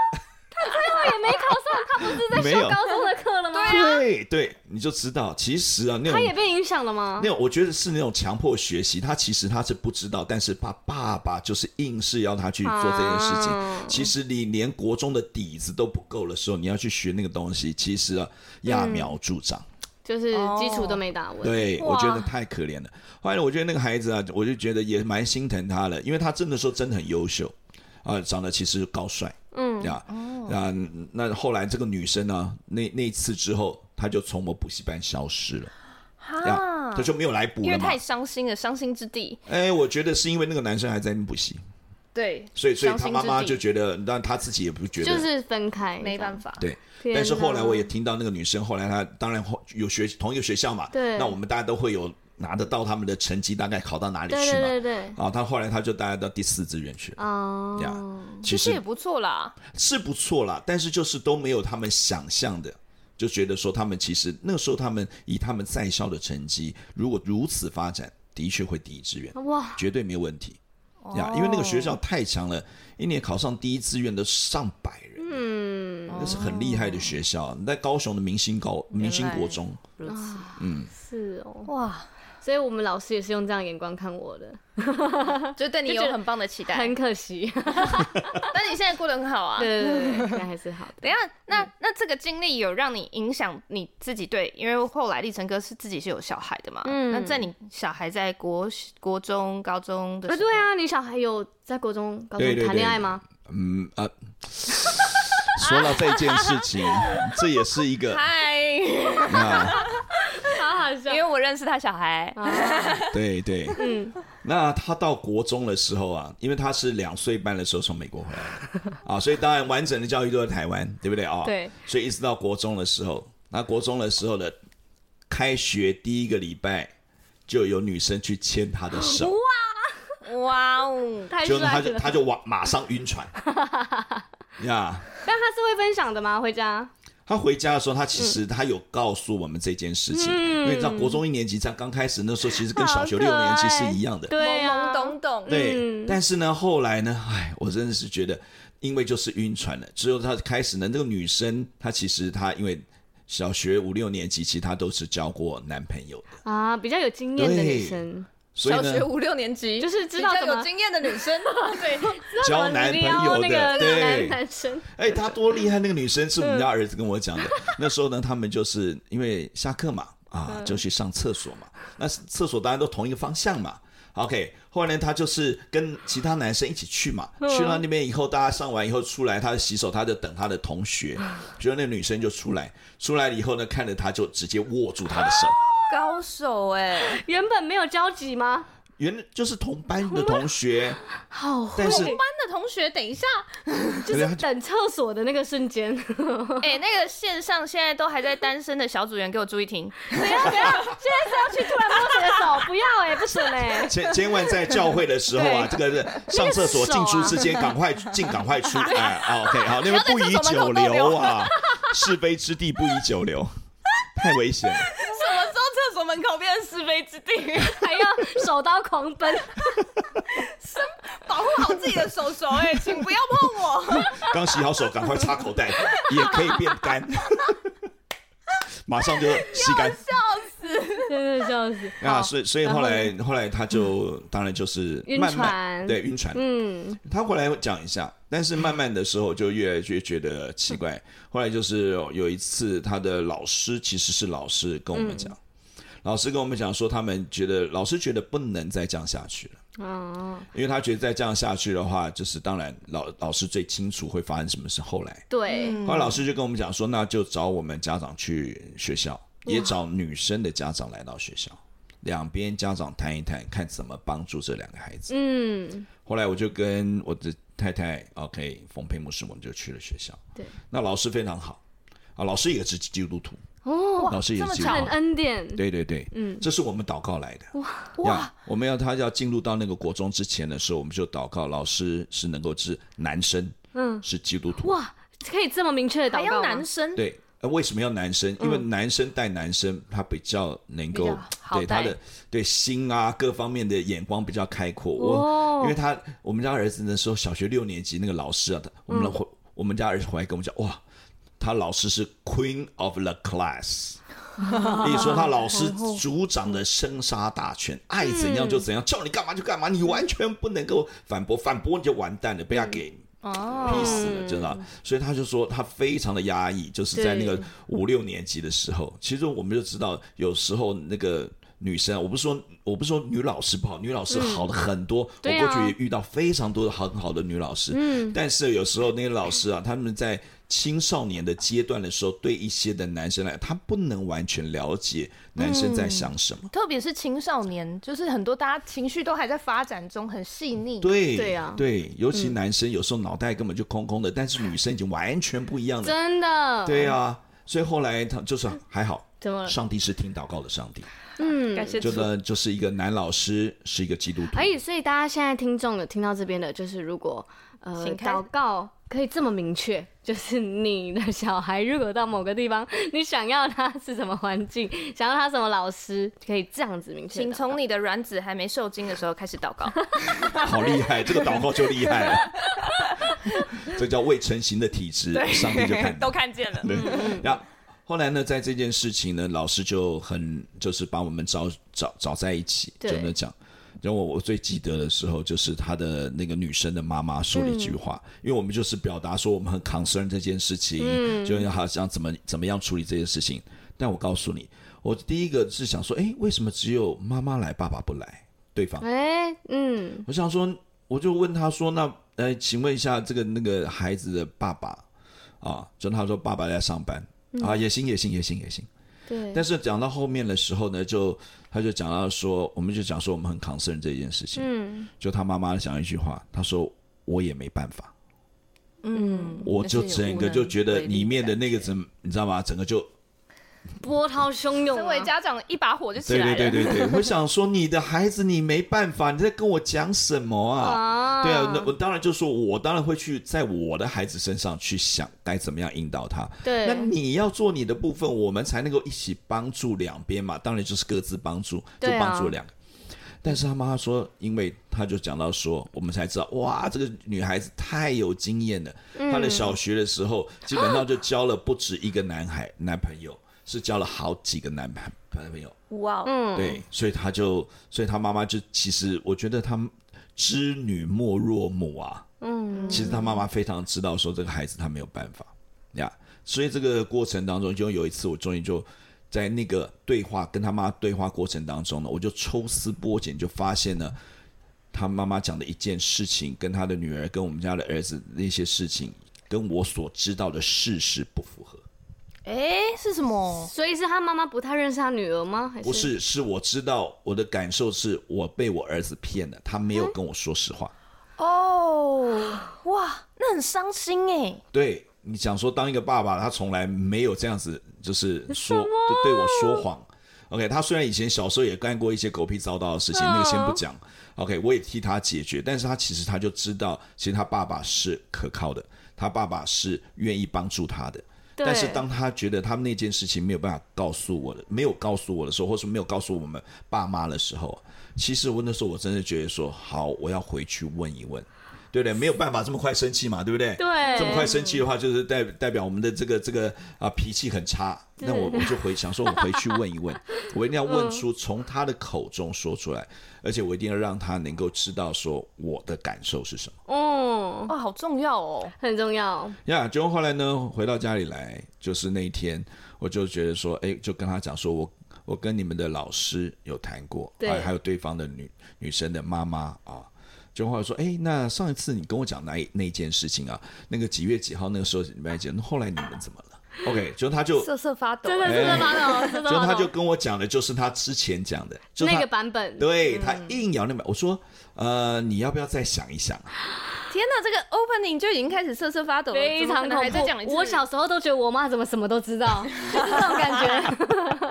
S2: 也没考上，他不是在
S1: [laughs] 没
S2: 修
S1: 有
S2: 高中的课了吗？
S3: 啊
S1: 对对，你就知道其实啊那
S2: 他也
S1: 种。
S2: 被影响了吗
S1: 那？种我觉得是那种强迫学习，他其实他是不知道，但是他爸爸就是硬是要他去做这件事情。
S2: 啊
S1: 其实你连国中的底子都不够的时候，你要去学那个东西，其实啊揠苗助长。
S2: 就是
S3: 哦
S2: 基础都没打稳，
S1: 对，
S3: 哇
S1: 我觉得太可怜了。后来我觉得那个孩子啊，我就觉得也蛮心疼他的，因为他真的说真的很优秀，啊、长得其实高帅，嗯，啊，
S2: 哦
S1: 啊，那后来这个女生呢、那那一次之后，她就从我补习班消失了，啊，她就没有来补
S3: 因
S1: 了
S3: 为
S1: 嘛
S3: 太。伤心了，伤心之地。
S1: 哎，我觉得是因为那个男生还在那边补习，
S3: 对，
S1: 所以所以
S3: 伤
S1: 他
S3: 心
S1: 妈妈
S3: 之
S1: 就
S3: 地
S1: 觉得，但他自己也不觉得，
S2: 就是分开，
S3: 没办。法。
S1: 对，
S2: 天
S1: 但是后来
S2: 哪
S1: 我也听到那个女生，后来她当然后有学同一个学校嘛，
S2: 对
S1: 那我们大家都会有拿得到他们的成绩，大概考到哪里
S2: 对
S1: 去嘛。
S2: 对对对，
S1: 啊，她后来她就大概到第四志愿去了，
S2: 哦，
S1: 呀、
S3: 其
S1: 其
S3: 实也
S1: 实
S3: 不错啦，
S1: 是不错啦，但是就是都没有他们想象的。就觉得说，他们其实那个时候，他们以他们在校的成绩，如果如此发展，的确会第一志愿，
S2: 哇，
S1: 绝对没有问题
S2: 哦
S1: 呀。因为那个学校太强了，一年考上第一志愿的上百人。
S2: 嗯，
S1: 那是很厉害的学校，在高雄的明星高明星国中，
S3: 如此 [laughs]
S2: 是哦，
S3: 啊哇，
S2: 所以我们老师也是用这样眼光看我的，
S3: 就对你有很棒的期待。 [laughs]
S2: 很可惜。
S3: 但你现在过得很好啊。
S2: 对对对，对那还是好的。
S3: 等一下，那那这个经历有让你影响你自己对？因为后来立成哥是自己是有小孩的嘛。
S2: 嗯
S3: 那在你小孩在国国中、高中的
S2: 啊，
S3: 时
S2: 对啊，你小孩有在国中、高
S1: 对
S2: 中
S1: 对对
S2: 谈恋爱吗？
S1: 嗯呃，说到这件事情，
S2: [laughs]
S1: 这也是一个
S3: 候，嗨， [laughs] 因
S1: 啊，
S2: 好好笑
S3: 为我认识他小孩，
S1: 对对，
S2: 嗯，
S1: 那他到国中的时候啊，因为他是两岁半的时候从美国回来的啊，所以当然完整的教育都在台湾，对不对啊？
S3: 哦
S2: 对，
S1: 所以一直到国中的时候，那国中的时候的开学第一个礼拜，就有女生去牵
S2: [laughs]
S1: 他的手，
S3: 哇哦！
S2: 太
S1: 就
S2: 帅
S1: 是他就
S2: 了。
S1: 他就往马上晕
S2: [laughs]
S1: 船，呀、
S2: 但他是会分享的吗？回家？
S1: 他回家的时候，他其实
S2: 嗯
S1: 他有告诉我们这件事情，因为你知道国中一年级这样刚开始那时候，其实跟小学
S2: 好可
S1: 六年级
S2: 爱
S1: 是一样的，
S2: 对嗯
S3: 懵懵
S2: 啊，
S3: 懂懂，
S1: 对，但是呢，后来呢，哎，我真的是觉得，因为就是晕船了。只有她开始呢，那个女生她其实她因为小学五六年级，其实她都是交过男朋友的，
S2: 啊，比较有经验的女
S1: 对
S2: 生，
S1: 所以呢，
S3: 五六年级
S2: 就是知道
S3: 比较
S2: 怎么
S3: 有经验的女 [laughs] 生，对，
S1: 交男朋友
S2: 哦那
S1: 的，
S2: 个男
S1: 对，
S2: 男生，
S1: 哎，她多厉害！那个女生是我们家儿子跟
S2: [laughs]
S1: 我讲的。那时候呢，他们就是因为下课嘛，
S2: 嗯
S1: 啊，就去上厕所嘛。那厕所当然都同一个方向嘛。OK，后来呢，她就是跟其他男生一起去嘛，
S2: 嗯
S1: 去到那边以后，大家上完以后出来，她洗手，她就等她的同学，结果那女生就出来，出来了以后呢，看着她就直接握住她的手，
S3: 高手哎，
S2: 原本没有交集吗？
S1: 原就是同班的同学，
S2: 好会，
S1: 但是
S3: 班的同学，等一下，
S2: [laughs] 就是等厕所的那个瞬间， [laughs]
S3: [laughs] 哎，那个线上现在都还在单身的小组员，给我注意听，
S2: 不要不要，现在是要去突然摸谁的手？不要哎、不准哎、
S1: [laughs] 千千万在教会的时候啊，这个是上厕所进出之间，赶快进，赶快出，哎啊，OK，好，那边不宜久留啊， [laughs] 是非之地不宜久 [laughs] 留，太危险了。
S3: 什么时候厕所门口变成是非之地？ [laughs]
S2: 还要手刀狂奔，
S3: 保护好自己的手手， [laughs] 哎，请不要碰我。
S1: [laughs] 刚洗好手，赶快插口袋，也可以变干， [laughs] 马上就吸干
S2: [laughs] 真的笑死。
S1: 啊！
S2: 好
S1: 所以，所以后来，后来他就当然就是
S2: 嗯晕
S1: 慢慢
S2: 船
S1: 对晕船，
S2: 嗯，
S1: 他后来会讲一下，但是慢慢的时候就越来越觉得奇怪。后来就是有一次，他的老师其实是老师跟我们讲，
S2: 嗯
S1: 老师跟我们讲说，他们觉得老师觉得不能再这样下去了，
S2: 哦，
S1: 因为他觉得再这样下去的话，就是当然老老师最清楚会发生什么事。后来，
S2: 对，
S1: 后来老师就跟我们讲说，那就找我们家长去学校，也找女生的家长来到学校，两边家长谈一谈，看怎么帮助这两个孩子。
S2: 嗯，
S1: 后来我就跟我的太太，OK，冯佩牧师，我们就去了学校。
S2: 对，
S1: 那老师非常好啊，老师也是基督徒，
S2: 哦，
S1: 老师也是基督
S2: 很
S1: 徒。
S2: 恩典，
S1: 对对对，嗯，这是我们祷告来的。哇哇！我们要他要进入到那个国中之前的时候，我们就祷告，老师是能够是男生，嗯，是基督徒。
S2: 哇，可以这么明确的
S3: 还
S2: 祷告
S3: 要
S2: 吗
S3: 男生，嗯
S1: 对，呃为什么要男生？因为男生带男生，他比较能
S3: 比
S1: 够
S3: 较好
S1: 对他
S3: 带
S1: 的对心啊各方面的眼光比较开阔。
S2: 哦
S1: 我因为他我们家儿子那时候小学六年级那个老师啊，他我
S3: 嗯
S1: 们回我们家儿子回来跟我们讲，哇，他老师是 Queen of the Class。跟 [laughs] 你说，他老师组长的生杀大权，爱怎样就怎样，叫你干嘛就干嘛，你完全不能够反驳，反驳你就完蛋了，被他给劈死了，真的。所以他就说他非常的压抑，就是在那个
S2: 对
S1: 五六年级的时候，其实我们就知道，有时候那个女生啊，我不是说我不是说女老师不好，女老师好的很多，我
S2: 对啊
S1: 过去也遇到非常多的很好的女老师，嗯，但是有时候那些老师啊，他们在青少年的阶段的时候，对一些的男生来，他不能完全了解男生在想什么，
S2: 嗯
S3: 特别是青少年，就是很多大家情绪都还在发展中，很细腻。
S1: 对
S2: 对啊
S1: 对，尤其男生有时候脑袋根本就空空的，但是女生已经完全不一样的，
S2: 真的，
S1: 对啊，所以后来他就是还好，
S2: 怎么了？
S1: 上帝是听祷告的上帝，
S3: 感谢
S1: 就呢就是一个男老师是一个基督徒，
S2: 哎，所以大家现在听众有听到这边的，就是如果呃
S3: 请开
S2: 祷告可以这么明确，就是你的小孩如果到某个地方，你想要他是什么环境，想要他什么老师，可以这样子明确
S3: 请
S2: 的。
S3: 从你的卵子还没受精的时候开始祷告。
S1: 好厉害，这个祷告就厉
S2: [laughs]
S1: 害了，
S3: [laughs]
S1: 这叫未成型的体质，上帝就看到。
S3: 看见了。
S1: 对，然后后来呢，在这件事情呢，老师就很就是把我们找找找在一起，
S2: 对
S1: 真的讲。然后我我最记得的时候，就是他的那个女生的妈妈说了一句话，因为我们就是表达说我们很 concern 这件事情，就是好像怎么怎么样处理这件事情。但我告诉你，我第一个是想说，诶，为什么只有妈妈来，爸爸不来？对方，
S2: 哎、嗯，
S1: 我想说，我就问他说，那呃，请问一下这个那个孩子的爸爸啊，就他说爸爸在上班、啊，也行也行也行也行。
S2: 对，
S1: 但是讲到后面的时候呢，就他就讲到说，我们就讲说我们很 concern 这件事情，
S2: 嗯，
S1: 就他妈妈讲一句话，他说我也没办法，
S3: 嗯，
S1: 我
S3: 那
S1: 就是
S3: 有
S1: 整
S3: 无
S1: 个
S3: 能
S1: 就觉得
S3: 为力
S1: 里面的
S3: 感
S1: 那个
S3: 觉
S1: 怎，你知道吗？整个就
S2: 波涛汹涌、啊，
S3: 身为家长一把火就起
S1: 对
S3: 来
S1: 对
S3: 了，
S1: 对对对，我想说你的孩子你没办法，你在跟我讲什么啊？
S2: 啊，
S1: 对啊，那我当然就说，我当然会去在我的孩子身上去想该怎么样引导他。
S2: 对
S1: 那你要做你的部分，我们才能够一起帮助两边嘛。当然就是各自帮助，就
S2: 对啊
S1: 帮助两个。但是他妈妈说，因为他就讲到说，我们才知道，哇，这个女孩子太有经验了。
S2: 嗯
S1: 她的小学的时候，基本上就交了不止一个男孩男朋友，是交了好几个男朋男朋友。
S3: 哇哦，
S2: 嗯，
S1: 对，所以他就，所以他妈妈就，其实我觉得他们知女莫若母啊，
S2: 嗯，
S1: 其实他妈妈非常知道说这个孩子他没有办法呀，所以这个过程当中，就有一次我终于就在那个对话跟他妈对话过程当中呢，我就抽丝剥茧，就发现呢，他妈妈讲的一件事情，跟他的女儿跟我们家的儿子那些事情，跟我所知道的事实不符合。
S3: 哎，是什么？
S2: 所以是他妈妈不太认识他女儿吗？还是
S1: 不是，是我知道我的感受是我被我儿子骗了，他没有跟我说实话。
S3: 哦，哇，那很伤心哎，
S1: 对你想说，当一个爸爸，他从来没有这样子，就是说就对我说谎。OK，他虽然以前小时候也干过一些狗屁糟糕的事情，那个先不讲。OK，我也替他解决，但是他其实他就知道，其实他爸爸是可靠的，他爸爸是愿意帮助他的。
S2: 对
S1: 但是当他觉得他那件事情没有办法告诉我的，没有告诉我的时候，或是没有告诉我们爸妈的时候，其实我那时候我真的觉得说，好，我要回去问一问，对不对？没有办法这么快生气嘛，对不对？
S2: 对
S1: 这么快生气的话，就是代代表我们的这个这个啊脾气很差。那我我就回想说，我回去问一问，我一定要问出从他的口中说出来，而且我一定要让他能够知道说我的感受是什么。
S2: 嗯，
S3: 哇，好重要哦，
S2: 很重要，
S1: 呀，结果后来呢，回到家里来，就是那一天，我就觉得说，哎，就跟他讲说，我我跟你们的老师有谈过，
S2: 对
S1: 啊还有对方的女女生的妈妈啊。就后来说，哎，那上一次你跟我讲那一那一件事情啊，那个几月几号那个时候礼拜几，那后来你们怎么了？OK，就他就，
S3: 瑟瑟发抖
S2: 真的
S3: 哎，
S2: 真的发抖，真的
S1: [laughs] 就他
S2: 发
S1: 就
S2: 抖。
S1: 跟我讲的，就是他之前讲的，就
S2: 那
S1: 他
S2: 个嗯版本，
S1: 对他硬要那么，我说，呃，你要不要再想一想啊？
S3: 天哪，这个 opening 就已经开始瑟瑟发抖了，
S2: 非
S3: 怎么可
S2: 常
S3: 能还
S2: 恐
S3: 在讲一
S2: 怖。
S3: 次，
S2: 我小时候都觉得我妈怎么什么都知
S1: [laughs]
S2: 道，就是这种感觉。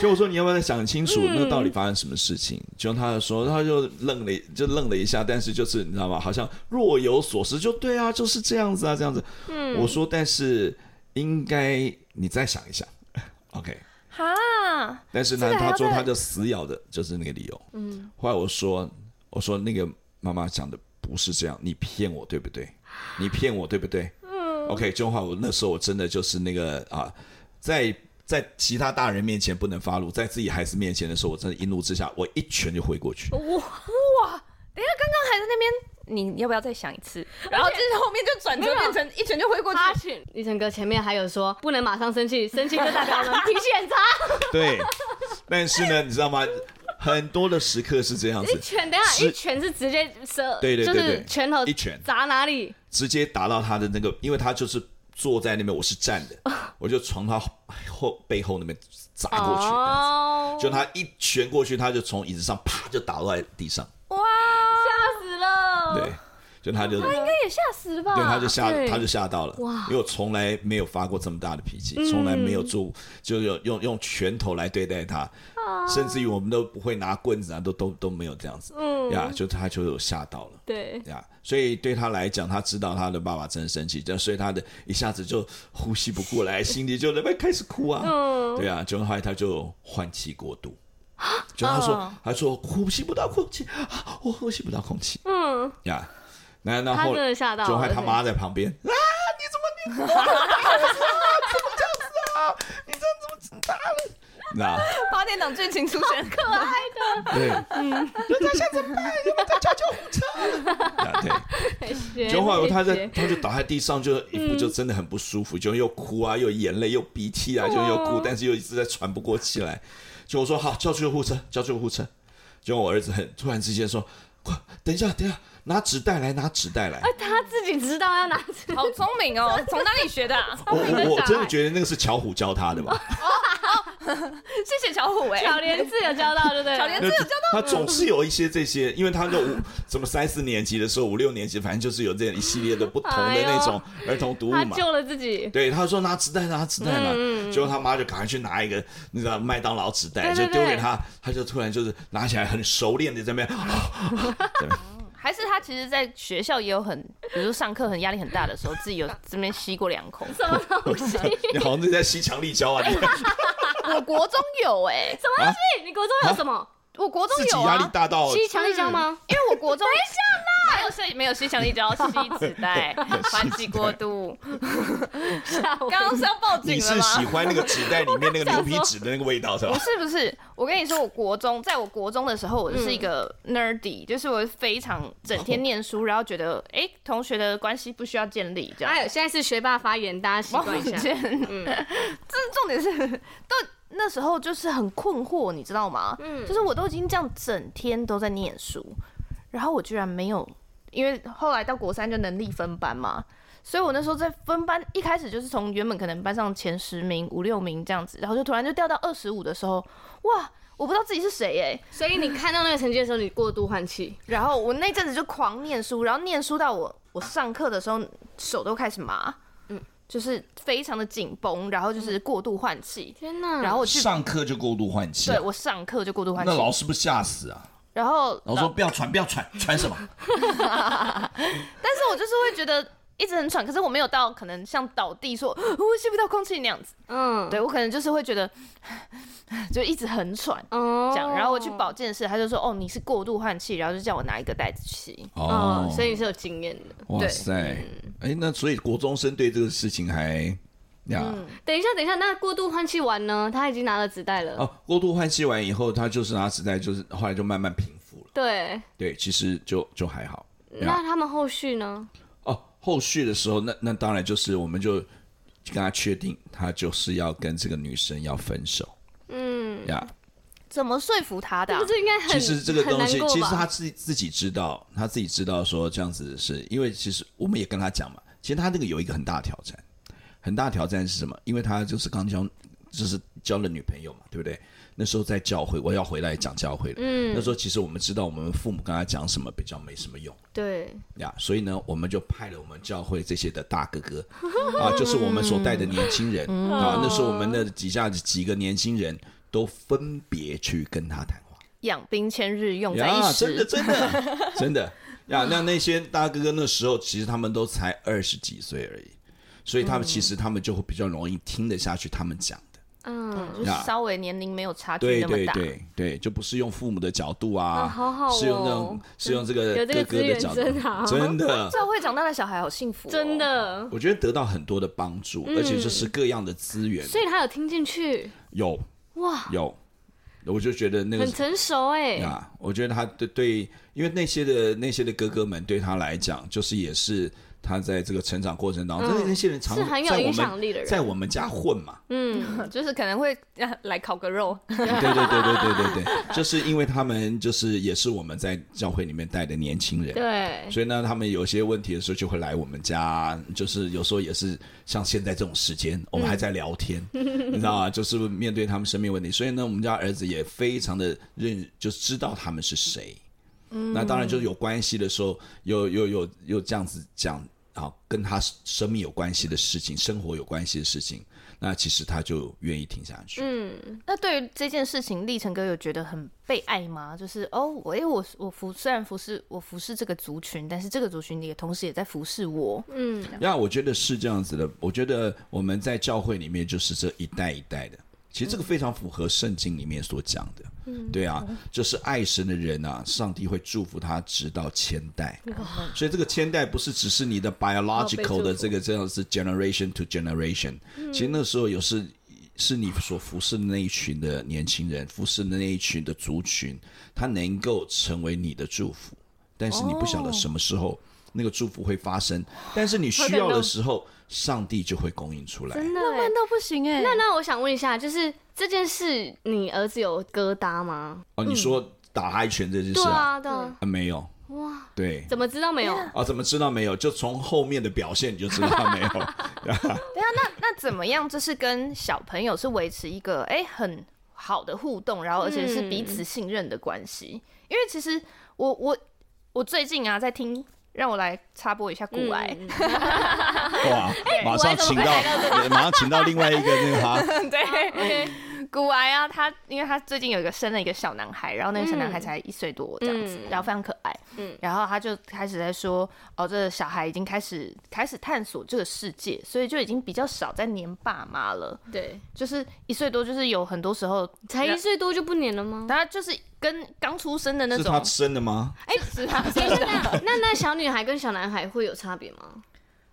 S1: 就我说你要不要再想清楚，那到底发生什么事情？就他就说，他就愣了，就愣了一下，但是就是你知道吗？好像若有所思，就对啊，就是这样子啊，这样子。嗯，我说，但是应该你再想一想，OK。
S3: 哈，
S1: 但是
S3: 这
S1: 呢，
S3: 个还要
S1: 他说
S3: 再
S1: 他就死咬着，就是那个理由。嗯，后来我说，我说那个妈妈讲的不是这样，你骗我对不对？你骗我对不对？嗯，OK，这话我那时候我真的就是那个啊，在在其他大人面前不能发怒，在自己孩子面前的时候，我真的一怒之下，我一拳就挥过去。
S3: 等一下，刚刚还在那边。你要不要再想一次？然后就是后面就转折变成一拳就挥过去，
S2: 他去李晨哥前面还有说不能马上生气，生气就代表我
S1: [laughs]
S2: 们脾气很差，
S1: 对，但是呢，你知道吗？很多的时刻是这样子
S2: 一，拳等一下
S1: 是
S2: 一拳是直接射，
S1: 对对对
S2: 就
S1: 对
S2: 是拳头
S1: 一拳
S2: 砸哪里？
S1: 直接打到他的那个，因为他就是坐在那边，我是站
S2: [laughs]
S1: 的，我就从他后背后那边砸过去，这样子
S2: 哦，
S1: 就他一拳过去，他就从椅子上啪就打落在地上，
S3: 哇，
S2: 吓死了。
S1: 对，就他就对
S3: 应该也吓死了吧？
S1: 他就吓
S2: Oh 对
S1: 他就吓到了，因为我从来没有发过这么大的脾气，
S2: 嗯
S1: 从来没有做就有用用拳头来对待他，
S2: 哦
S1: 甚至于我们都不会拿棍子啊，都都都没有这样子，
S2: 嗯
S1: 呀，就他就有吓到了。
S2: 对，
S1: 呀，所以对他来讲，他知道他的爸爸真的生气，这样所以他的一下子就呼吸不过
S2: [laughs]
S1: 来，心里就那边开始哭啊。
S2: 嗯
S1: 对啊，就后来他就换气过
S2: [gasps]
S1: 度，就他说、
S2: 哦
S1: 他说呼吸不到空气啊，我呼吸不到空气。嗯，呀，那那
S2: 他
S1: 后
S2: 真的吓到
S1: 就后来
S2: 了。
S1: 他妈在旁边啊，你怎么你怎么这样子啊？你这怎么大了？那
S3: 八点档剧情出现，可爱
S1: 对，嗯，人家现在怎么办？你们在叫救护车？
S2: [laughs]
S1: 啊，对。就后来他在他就倒在地上，就一副就真的很不舒服，就又哭啊，又眼泪，又鼻涕啊，就又哭，但是又一直在喘不过气来。就我说好，叫救护车，叫救护车。结果我儿子很突然之间说：“快，等一下，等一下，拿纸袋来，拿纸袋来。
S2: 他自己知道要 [laughs] 拿
S3: 好聪明哦， [laughs] 从哪里学的、啊？
S1: 我”我我
S2: 小
S1: 真的
S2: 孩
S1: 觉得那个是巧虎教他的吧？ [laughs]
S3: 谢谢巧虎哎、
S2: 巧莲自有教到，对不对？
S3: 巧莲
S1: 那
S3: 自有教
S1: 他总是有一些这些，因为他就五什么三四年级的时候，五六年级，反正就是有这样一系列的不同的那种儿童读物
S2: 他
S1: 嘛。
S2: 救了自己，
S1: 对，他说拿纸袋，拿纸袋嘛，结果他妈就赶快去拿一个那个麦当劳纸袋，
S2: 对对
S1: 就丢给他，他就突然就是拿起来，很熟练的在那边，啊
S3: 还是他其实，在学校也有很，比如说上课很压力很大的时候，自己有这边吸过两口。
S2: 什么东西？
S1: 你好像是在吸强力胶啊，你
S3: 我国中有哎、
S2: 什么东西？你国中
S1: 啊
S2: 有什么？
S3: 我国中
S1: 自己
S3: 有
S1: 压力
S3: 啊，
S1: 大到
S2: 吸强力胶吗？
S3: 因为我国中没有吸没有吸强力胶，吸纸袋，缓解过度。
S2: 吓
S3: [laughs]
S2: 我！
S3: 刚刚是要报警了
S1: 你是喜
S3: 吗？
S1: 欢那个纸袋里面那个牛皮纸的那个味道是
S3: 不
S1: 吧？
S3: 是不是，我跟你说，我国中，在我国中的时候，我就是一个 nerdy，、就是我非常整天念书，然后觉得哎、诶同学的关系不需要建立这样。
S2: 哎呦，现在是学霸发言，
S3: [laughs]
S2: 大家习
S3: 王
S2: 惯一下。
S3: 健，嗯， [laughs] 这重点是，都那时候就是很困惑，你知道吗？嗯，就是我都已经这样整天都在念书，然后我居然没有，因为后来到国三就能力分班嘛，所以我那时候在分班一开始就是从原本可能班上前十名、五六名这样子，然后就突然就掉到二十五的时候，哇！我不知道自己是谁哎、
S2: 所以你看到那个成绩的时候，你过度换气，
S3: 然后我那阵子就狂念书，然后念书到我我上课的时候手都开始麻，嗯，就是非常的紧绷，然后就是过度换气，
S2: 天哪！
S3: 然后我去
S1: 上课就过度换气啊
S3: 对我上课就过度换气，
S1: 师不吓死啊？
S3: 然后
S1: 老师说不要喘，不要喘，喘什么？
S3: 但是我就是会觉得一直很喘，可是我没有到可能像倒地说 [gasps] 呼吸不到空气那样子，
S2: 嗯，
S3: 对我可能就是会觉得 [laughs] 就一直很喘。
S2: 哦，
S3: 这样，然后我去保健室，他就说：“哦，你是过度换气，然后就叫我拿一个袋子吸。
S2: 哦，所以你是有经验的。
S1: 哇
S3: 对
S1: 塞，哎，那所以国中生对这个事情还呀。
S2: 等一下，等一下，那过度换气完呢？他已经拿了纸袋了。
S1: 哦，过度换气完以后，他就是拿纸袋，就是后来就慢慢平复了。
S2: 对，
S1: 对，其实就就还好。
S2: 那他们后续呢？
S1: 哦，后续的时候，那那当然就是我们就跟他确定，他就是要跟这个女生要分手。嗯呀，”
S3: 怎么说服他的啊、
S2: 不是应该很
S1: 其实这个
S2: 很
S1: 东
S2: 难
S1: 西，
S2: 过吧
S1: 其实他自己自己知道，他自己知道说这样子是因为其实我们也跟他讲嘛，其实他那个有一个很大挑战，很大挑战是什么？因为他就是刚交，就是交了女朋友嘛，对不对？那时候在教会，我要回来讲教会了。嗯，那时候其实我们知道，我们父母跟他讲什么比较没什么用。
S2: 对，
S1: 呀，所以呢，我们就派了我们教会这些的大哥哥啊，就是我们所带的年轻人啊，那时候我们的几下子几个年轻人都分别去跟他谈话。
S3: 养兵千日，用在一
S1: 呀，真
S3: 时。
S1: 的真的真的呀！那那些大哥哥那时候其实他们都才二十几岁而已，所以他们其实他们就会比较容易听得下去他们讲的。
S2: 嗯，
S3: 就是稍微年龄没有差距
S1: 对
S3: 那么
S1: 对
S3: 大，
S1: 对对，就不是用父母的角度啊，
S2: 啊好好哦
S1: 是用那种是用这
S2: 有这
S1: 个
S2: 个资
S1: 哥哥的
S2: 源
S1: 角度，
S2: 真好 [laughs]
S1: 真的
S3: 教会长大的小 [laughs] 孩好幸福、哦
S2: 真。的。
S1: 我觉得得到很多的帮助，而且就是各样的资源，
S2: 嗯所以他有听进去，
S1: 有
S2: 哇，
S1: 有，我就觉得那个
S2: 很成熟哎、
S1: 啊，我觉得他对对，因为那些的那些的哥哥们对他来讲，就是也是他在这个成长过程当中，因为那些人常
S2: 嗯是很有
S1: 在我
S2: 影响力的
S1: 们
S2: 人
S1: 在我们家混
S2: [laughs]
S1: 嘛，
S3: 就是可能会 [laughs] 啊来烤个肉， [laughs]
S1: 对对对对对对对，就是因为他们就是也是我们在教会里面带的年轻人，
S2: 对，
S1: 所以呢，他们有些问题的时候就会来我们家，就是有时候也是像现在这种时间，我们还在聊天，你知道吗？就是面对他们生命问题，所以呢，我们家儿子也非常的认，就知道他们是谁。那当然就是有关系的时候，有有有有这样子讲啊，跟他生命有关系的事情，生活有关系的事情，那其实他就愿意听下去。
S3: 那对于这件事情，立成哥有觉得很被爱吗？就是哦，我因为我我服虽然服侍我服侍这个族群，但是这个族群也同时也在服侍我。
S1: 呀，我觉得是这样子的。我觉得我们在教会里面就是这一代一代的，其实这个非常符合圣经里面所讲的。嗯，对啊，就是爱神的人啊，上帝会祝福他直到千代。所以这个千代不是只是你的
S2: 哦被祝
S1: biological
S2: 福
S1: 的这个这样是 generation to generation，、其实那时候有是是你所服侍的那一群的年轻人，服侍的那一群的族群，他能够成为你的祝福，但是你不晓得什么时候那个祝福会发生，但是你需要的时候，上帝就会供应出来。
S2: 真的
S3: 浪
S2: 欸
S3: 漫到不行哎、
S2: 那那我想问一下，就是这件事，你儿子有疙瘩吗？
S1: 哦，你说打他一拳这件事
S2: 对
S1: 啊？
S2: 啊，对啊，
S1: 啊没有。哇，对。
S2: 怎么知道没有？
S1: 啊，怎么知道没有？就从后面的表现你就知道
S3: [laughs]
S1: 没有。
S3: 对啊，那那怎么样？就是跟小朋友是维持一个哎、很好的互动，然后而且是彼此信任的关系。因为其实我我我最近啊在听，让我来插播一下古来，
S2: 嗯
S1: 哇，
S3: 哎
S1: 马上请到，马上请到另外一个那个哈，
S3: [laughs] 对，古癌啊，他因为他最近有一个生了一个小男孩，然后那个小男孩才一岁多这样子，
S2: 嗯
S3: 然后非常可爱，
S2: 嗯
S3: 然后他就开始在说，哦，这个小孩已经开始开始探索这个世界，所以就已经比较少在黏爸妈了，
S2: 对，
S3: 就是一岁多，就是有很多时候
S2: 才一岁多就不粘了吗？
S3: 他就是跟刚出生的那
S1: 是
S3: 种
S1: 他，生的吗？
S3: [laughs] 哎，是他生
S2: 那
S3: 的，
S2: 那那那小女孩跟小男孩会有差别吗？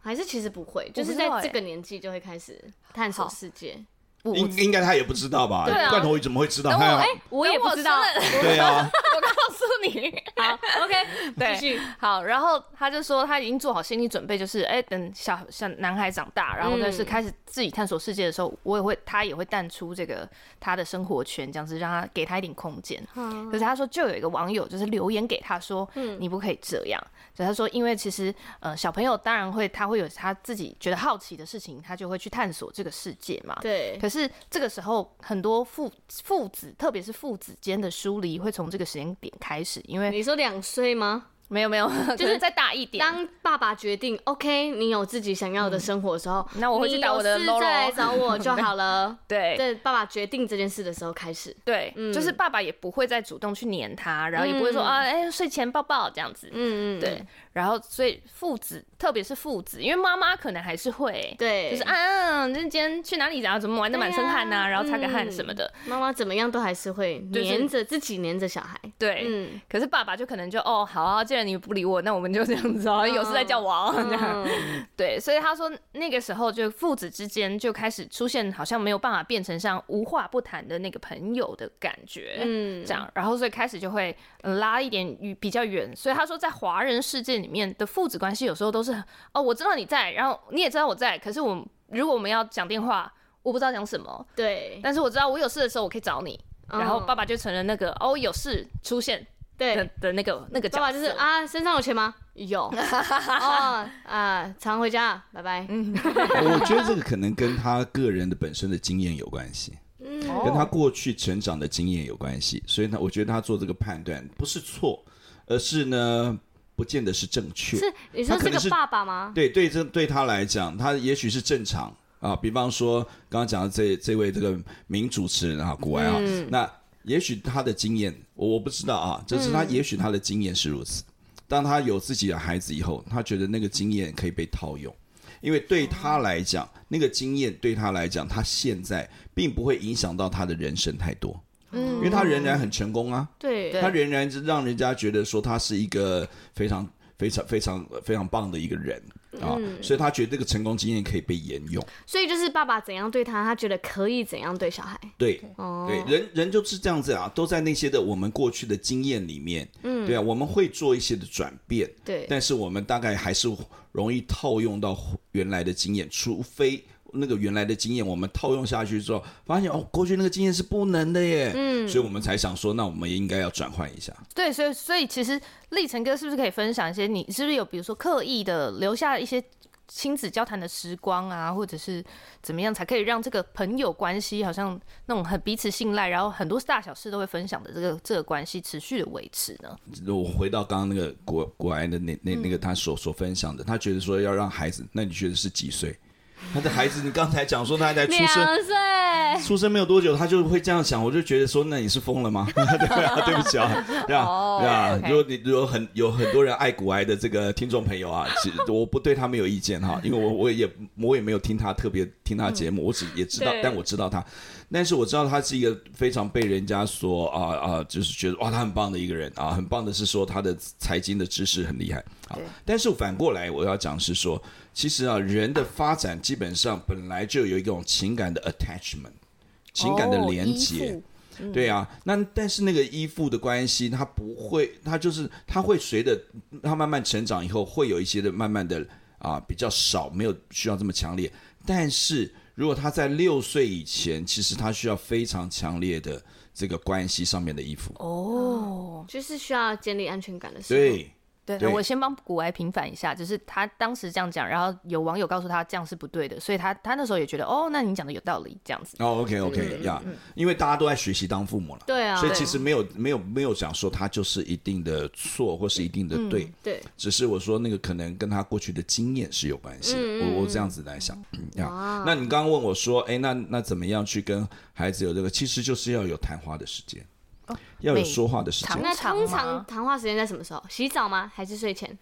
S2: 还是其实不会，就是
S3: 我不知道
S2: 在
S3: 欸
S2: 这个年纪就会开始探索
S3: 好
S2: 世界。
S3: 我
S1: 应应该他也不知道吧？
S3: 对啊
S1: 罐头鱼怎么会知道？
S3: 等我
S1: 他要
S3: 哎
S2: 我也不知道。
S3: [laughs] 等我
S1: [laughs]
S3: 生了
S1: 对啊，
S3: 我告诉你，
S2: 好，OK，
S3: 对
S2: 继续。
S3: 好，然后他就说他已经做好心理准备，就是哎、等小小男孩长大，然后但是
S2: 嗯
S3: 开始自己探索世界的时候，我也会他也会淡出这个他的生活圈，这样子让他给他一点空间。可是他说，就有一个网友就是留言给他说，
S2: 嗯
S3: 你不可以这样。所以他说，因为其实呃小朋友当然会他会有他自己觉得好奇的事情，他就会去探索这个世界嘛。
S2: 对，
S3: 可是这个时候，很多父父子，特别是父子间的疏离，会从这个时间点开始，因为
S2: 你说两岁吗？
S3: 没有没有， [laughs]
S2: 就
S3: 就是是再大一点，
S2: 当爸爸决定 OK，你有自己想要的生活的时候，
S3: 那我会去
S2: 你
S3: 打
S2: 有
S3: 我的
S2: 事
S3: Lolo。
S2: 再来找我就好了
S3: 对
S2: 在爸爸决定这件事的时候开始。
S3: 对，就是爸爸也不会再主动去黏他，然后也不会说、
S2: 嗯
S3: 啊，哎、睡前抱抱这样子。
S2: 嗯嗯，
S3: 对，然后所以父子，特别是父子，因为妈妈可能还是会，
S2: 对，
S3: 就是啊，那今天去哪里然后怎么玩的满身汗呐、
S2: 对啊
S3: 然后擦个汗
S2: 嗯
S3: 什么的，
S2: 妈妈怎么样都还是会
S3: 就是哎
S2: 黏着自己黏着小孩。
S3: 对。
S2: 嗯，
S3: 可是爸爸就可能就哦，好、啊，既然你不理我，那我们就这样子啊，有事再叫我、啊。这样 [laughs]
S2: 嗯
S3: 对，所以他说那个时候就父子之间就开始出现好像没有办法变成像无话不谈的那个朋友的感觉。
S2: 嗯
S3: 这样，然后所以开始就会、呃拉一点与比较远，所以他说在华人世界里面的父子关系有时候都是哦，我知道你在，然后你也知道我在，可是我们如果我们要讲电话，我不知道讲什么，
S2: 对，
S3: 但是我知道我有事的时候我可以找你，然后
S2: 嗯
S3: 爸爸就成了那个哦有事出现的
S2: 对。
S3: 的那个那个角
S2: 爸
S3: 色，
S2: 爸就是啊，身上有钱吗？
S3: [laughs]
S2: 有哦啊，常回家，拜拜。
S1: 嗯我觉得这个可能跟他个人的本身的经验有关系，
S2: 嗯
S3: 哦
S1: 跟他过去成长的经验有关系，所以呢，我觉得他做这个判断不是错，而是呢，不见得是正确。
S2: 是你说
S1: 他可
S2: 这
S1: 能
S2: 个
S1: 是
S2: 爸爸吗？
S1: 对对，这对他来讲，他也许是正常啊。比方说，刚刚讲的这这位这个名主持人啊，古埃啊，那也许他的经验，我我不知道啊，就是他也许他的经验是如此。当他有自己的孩子以后，他觉得那个经验可以被套用，因为对他来讲，那个经验对他来讲，他现在并不会影响到他的人生太多，
S3: 嗯
S1: 因为他仍然很成功啊。
S2: 对
S3: 对
S1: 他仍然是让人家觉得说他是一个非常非常非常非常棒的一个人啊，所以他觉得这个成功经验可以被沿用。
S2: 所以就是爸爸怎样对他，他觉得可以怎样对小孩。
S1: 对
S2: 哦，
S1: 对，人人就是这样子啊，都在那些的我们过去的经验里面，嗯，对啊，我们会做一些的转变，
S2: 对
S1: 但是我们大概还是容易套用到原来的经验，除非。那个原来的经验，我们套用下去之后，发现哦，过去那个经验是不能的耶，嗯，所以我们才想说，那我们也应该要转换一下。
S3: 对，所以所以其实立成哥是不是可以分享一些你是不是有比如说刻意的留下一些亲子交谈的时光啊，或者是怎么样才可以让这个朋友关系好像那种很彼此信赖，然后很多大小事都会分享的这个这个关系持续的维持呢？
S1: 我回到刚刚那个国国安的那那那个他所所分享的，他觉得说要让孩子，那你觉得是几岁？他的孩子，你刚才讲说他才出生，
S2: 两岁，
S1: [laughs] 出生没有多久，他就会这样想，我就觉得说，那你是疯了吗？ [laughs] 对啊，对不起啊，对啊，对啊。
S3: OK
S1: 如果你有很有很多人爱古埃的这个听众朋友啊，其实我不对他们有意见哈，因为我我也我也没有听他特别听他节目，我只也知道
S2: 对，
S1: 但我知道他，但是我知道他是一个非常被人家所啊啊，就是觉得哇，他很棒的一个人啊，很棒的是说他的财经的知识很厉害啊
S3: 对。
S1: 但是反过来我要讲是说，其实啊，人的发展基本上本来就有一种情感的 attachment。情感的
S3: 哦
S1: 连
S3: 依
S1: 接。
S3: 附嗯
S1: 对啊，那但是那个依附的关系，它不会，它就是它会随着它慢慢成长以后，会有一些的慢慢的啊比较少，没有需要这么强烈。但是如果他在六岁以前，其实他需要非常强烈的这个关系上面的依附。
S3: 哦，
S2: 就是需要建立安全感的时候。
S1: 对，
S3: 对，
S1: 对
S3: 我先帮古埃平反一下，就是他当时这样讲，然后有网友告诉他这样是不对的，所以他他那时候也觉得，哦，那你讲的有道理，这样子。
S1: 哦，OK OK 呀、因为大家都在学习当父母了，
S2: 对啊
S1: 所以
S2: 对
S1: 其实没有没有没有讲说他就是一定的错或是一定的对，
S2: 对，
S1: 只是我说那个可能跟他过去的经验是有关系的，我我这样子来想。嗯啊，那你刚刚问我说，哎，那那怎么样去跟孩子有这个？其实就是要有谈话的时间，要有
S3: 每
S1: 说话的时间
S3: 常。
S2: 那通常
S3: 吗
S2: 谈话时间在什么时候？洗澡吗？还是睡前？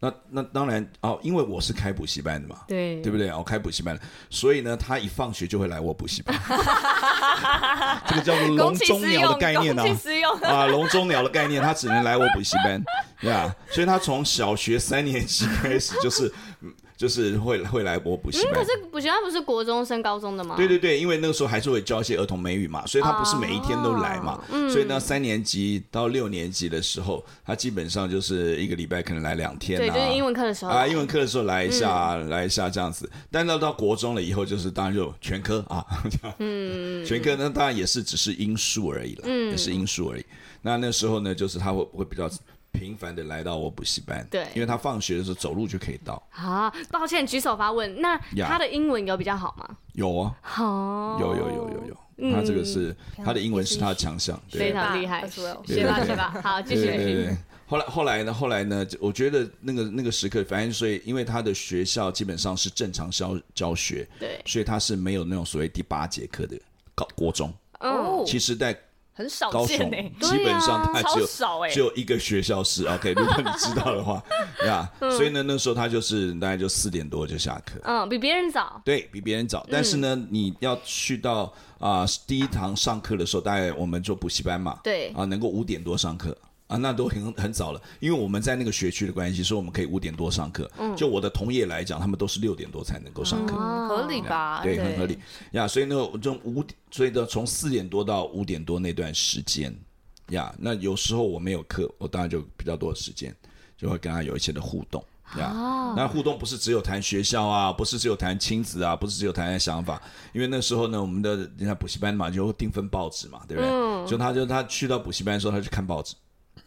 S1: 那那当然哦，因为我是开补习班的嘛，
S2: 对
S1: 对不对？我开补习班的，所以呢，他一放学就会来我补习班，这个叫做笼中鸟的概念呢、
S3: 公器私用。
S1: 啊，笼中鸟的概念，他只能来我补习班，对吧？所以他从小学三年级开始就是， [laughs] 嗯就是会会来我补习
S2: 嗯
S1: 班。
S2: 可是补习班不是国中升高中的吗？
S1: 对对对，因为那个时候还是会教一些儿童美语嘛，所以他不是每一天都来
S2: 哦
S1: 嘛，
S2: 嗯
S1: 所以呢，三年级到六年级的时候，他基本上就是一个礼拜可能来两天、啊，
S2: 对，就是英文课的时候
S1: 啊，英文课的时候来一下啊，
S2: 嗯
S1: 来一下这样子。但到到国中了以后，就是当然就全科啊， [laughs] 这样
S2: 嗯
S1: 全科呢当然也是只是因素而已了，也是因素而已。那那时候呢，就是他会会比较频繁的来到我补习班，
S2: 对
S1: 因为他放学的时候走路就可以到。
S2: 啊。抱歉，举手发问。那
S1: 呀
S2: 他的英文有比较好吗？
S1: 有啊，
S2: 好，
S1: 有有有有有，他这个是他的英文是他的强项，
S2: 嗯非
S1: 对。
S2: 常厉害，
S3: As well
S2: 学霸
S1: 对对对
S2: 学霸。好，继
S1: 对
S2: 续
S1: 对
S2: 继
S1: 对
S2: 续。
S1: 对。后来后来呢？后来呢？就我觉得那个那个时刻，反正所以，因为他的学校基本上是正常教教学，
S2: 对，
S1: 所以他是没有那种所谓第八节课的高国中。
S2: 嗯，
S1: 其实，在
S3: 很少
S1: 高雄
S3: 见哎、哦欸，
S1: 基本上他只
S3: 超
S1: 有、
S3: 少哎、
S1: 只有一个学校
S3: [laughs]
S1: 是 OK。如果你知道的话，呀、
S3: 嗯
S1: 所以呢，那时候他就是大概就四点多就下课。
S2: 嗯，比别人早。
S1: 对比别人
S3: 嗯
S1: 早，但是呢，你要去到啊、第一堂上课的时候，大概我们做补习班嘛，
S2: 对
S1: 啊，能够五点多上课啊，那都很很早了，因为我们在那个学区的关系，所以我们可以五点多上课。就我的同业来讲，他们都是六点多才能够上课。
S3: 嗯合理吧？
S1: 对，哦很合理。呀。所以呢，我就五，所以呢，从四点多到五点多那段时间呀，那有时候我没有课，我当然就比较多的时间，就会跟他有一些的互动呀。
S2: 啊
S1: 那互动不是只有谈学校啊，不是只有谈亲子啊，不是只有谈想法，因为那时候呢，我们的人家补习班嘛，就会订份报纸嘛，对不对？就他就他去到补习班的时候，他去看报纸。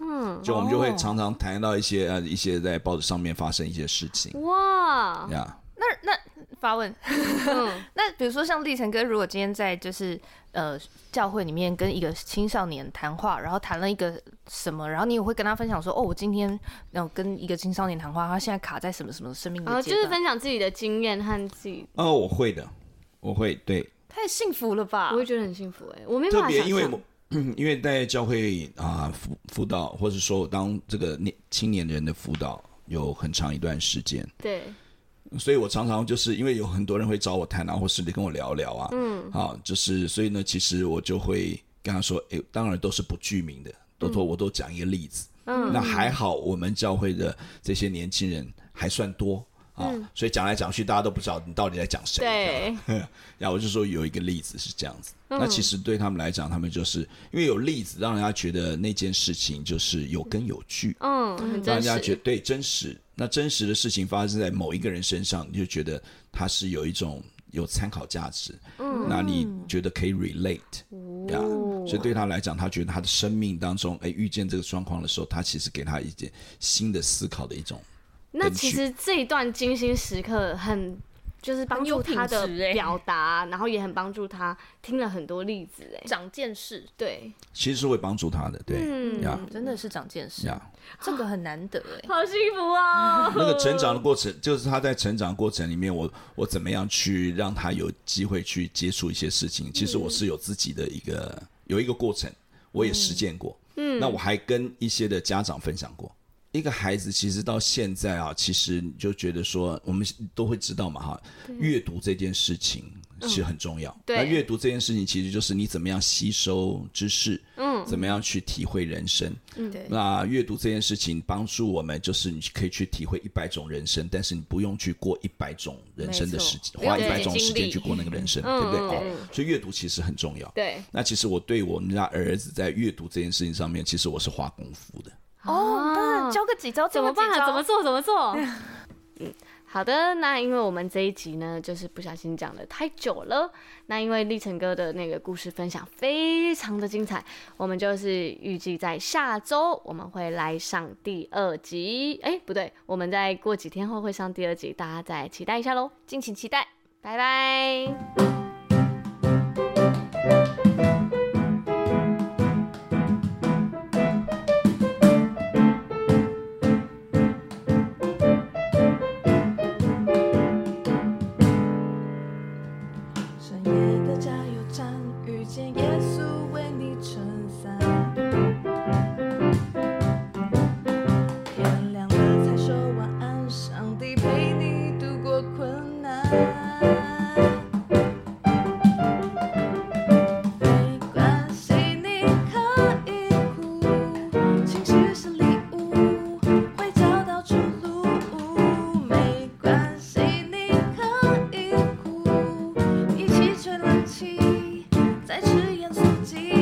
S1: 嗯，就我们就会常常谈到一些呃一些在报纸上面发生一些事情
S2: 哇，
S1: 呀，
S3: 那那发问， [laughs] 那比如说像立成哥，如果今天在就是呃教会里面跟一个青少年谈话，然后谈了一个什么，然后你也会跟他分享说，哦，我今天然后跟一个青少年谈话，他现在卡在什么什么生命
S2: 然后
S3: 的阶
S2: 啊哦就
S3: 段，
S2: 是分享自己的经验和自己，
S1: 哦，我会的，我会对，
S3: 太幸福了吧
S2: 我？会觉得很幸福哎，我没办
S1: 特
S2: 法
S1: 别
S2: 想
S1: 因为
S2: 象
S1: 我。因为在教会啊辅辅导，或者说我当这个年青年人的辅导有很长一段时间，
S2: 对，
S1: 所以我常常就是因为有很多人会找我谈啊，或是跟我聊聊啊，嗯，啊，就是所以呢，其实我就会跟他说，诶，当然都是不具名的，都都我都讲一个例子，嗯，那还好我们教会的这些年轻人还算多。啊，所以讲来讲去，大家都不知道你到底在讲谁。这样
S2: 对，
S1: 然后我就说有一个例子是这样子，那其实对他们来讲，他们就是因为有例子，让人家觉得那件事情就是有根有据，
S2: 嗯，很
S1: 让
S2: 真
S1: 人家觉
S2: 实，
S1: 得对真实。那真实的事情发生在某一个人身上，你就觉得他是有一种有参考价值，嗯，那你觉得可以 relate，呀、
S2: 哦
S1: 所以对他来讲，他觉得他的生命当中，哎，遇见这个状况的时候，他其实给他一点新的思考的一种
S2: 那其实这一段精心时刻很就是帮助他的
S3: 很有品质欸
S2: 表达，然后也很帮助他听了很多例子哎，
S3: 长见识，
S2: 对，
S1: 其实是会帮助他的，对，呀、
S3: 嗯，真的是长见识，
S1: 呀。
S3: 这个很难得哎、
S2: 好幸福哦，
S1: 嗯 [laughs] 那个成长的过程，就是他在成长过程里面，我我怎么样去让他有机会去接触一些事情？其实我是有自己的一个有一个过程，我也实践过。嗯，那我还跟一些的家长分享过。一个孩子其实到现在啊，其实你就觉得说，我们都会知道嘛哈，阅读这件事情是很重要。
S2: 对
S1: 那阅读这件事情其实就是你怎么样吸收知识，嗯，怎么样去体会人生？
S3: 对
S1: 那阅读这件事情帮助我们，就是你可以去体会一百种人生，但是你不用去过一百种人生的时间，
S3: 没错
S1: 花
S3: 不
S1: 一
S3: 用
S1: 百种
S3: 经历嗯
S1: 时间去过那个人生，对不对？好，所以阅读其实很重要。
S2: 对
S1: 那其实我对我们家儿子在阅读这件事情上面，其实我是花功夫的。
S2: 哦
S3: 当然教个几招，
S2: 怎么办
S3: 啊？
S2: 啊？怎 [laughs] 么做？怎么做？嗯，好的。那因为我们这一集呢，就是不小心讲的太久了。那因为立成哥的那个故事分享非常的精彩，我们就是预计在下周我们会来上第二集。哎、不对，我们在过几天后会上第二集，大家再期待一下喽。
S3: 敬请期待。
S2: 拜拜。
S4: 深夜的加油站，遇见耶稣为你撑伞。天亮了才说晚安，上帝陪你度过困难。没关系，你可以哭，情绪是礼物，会找到出路。没关系，你可以哭，一起吹冷气，再吃盐酥鸡。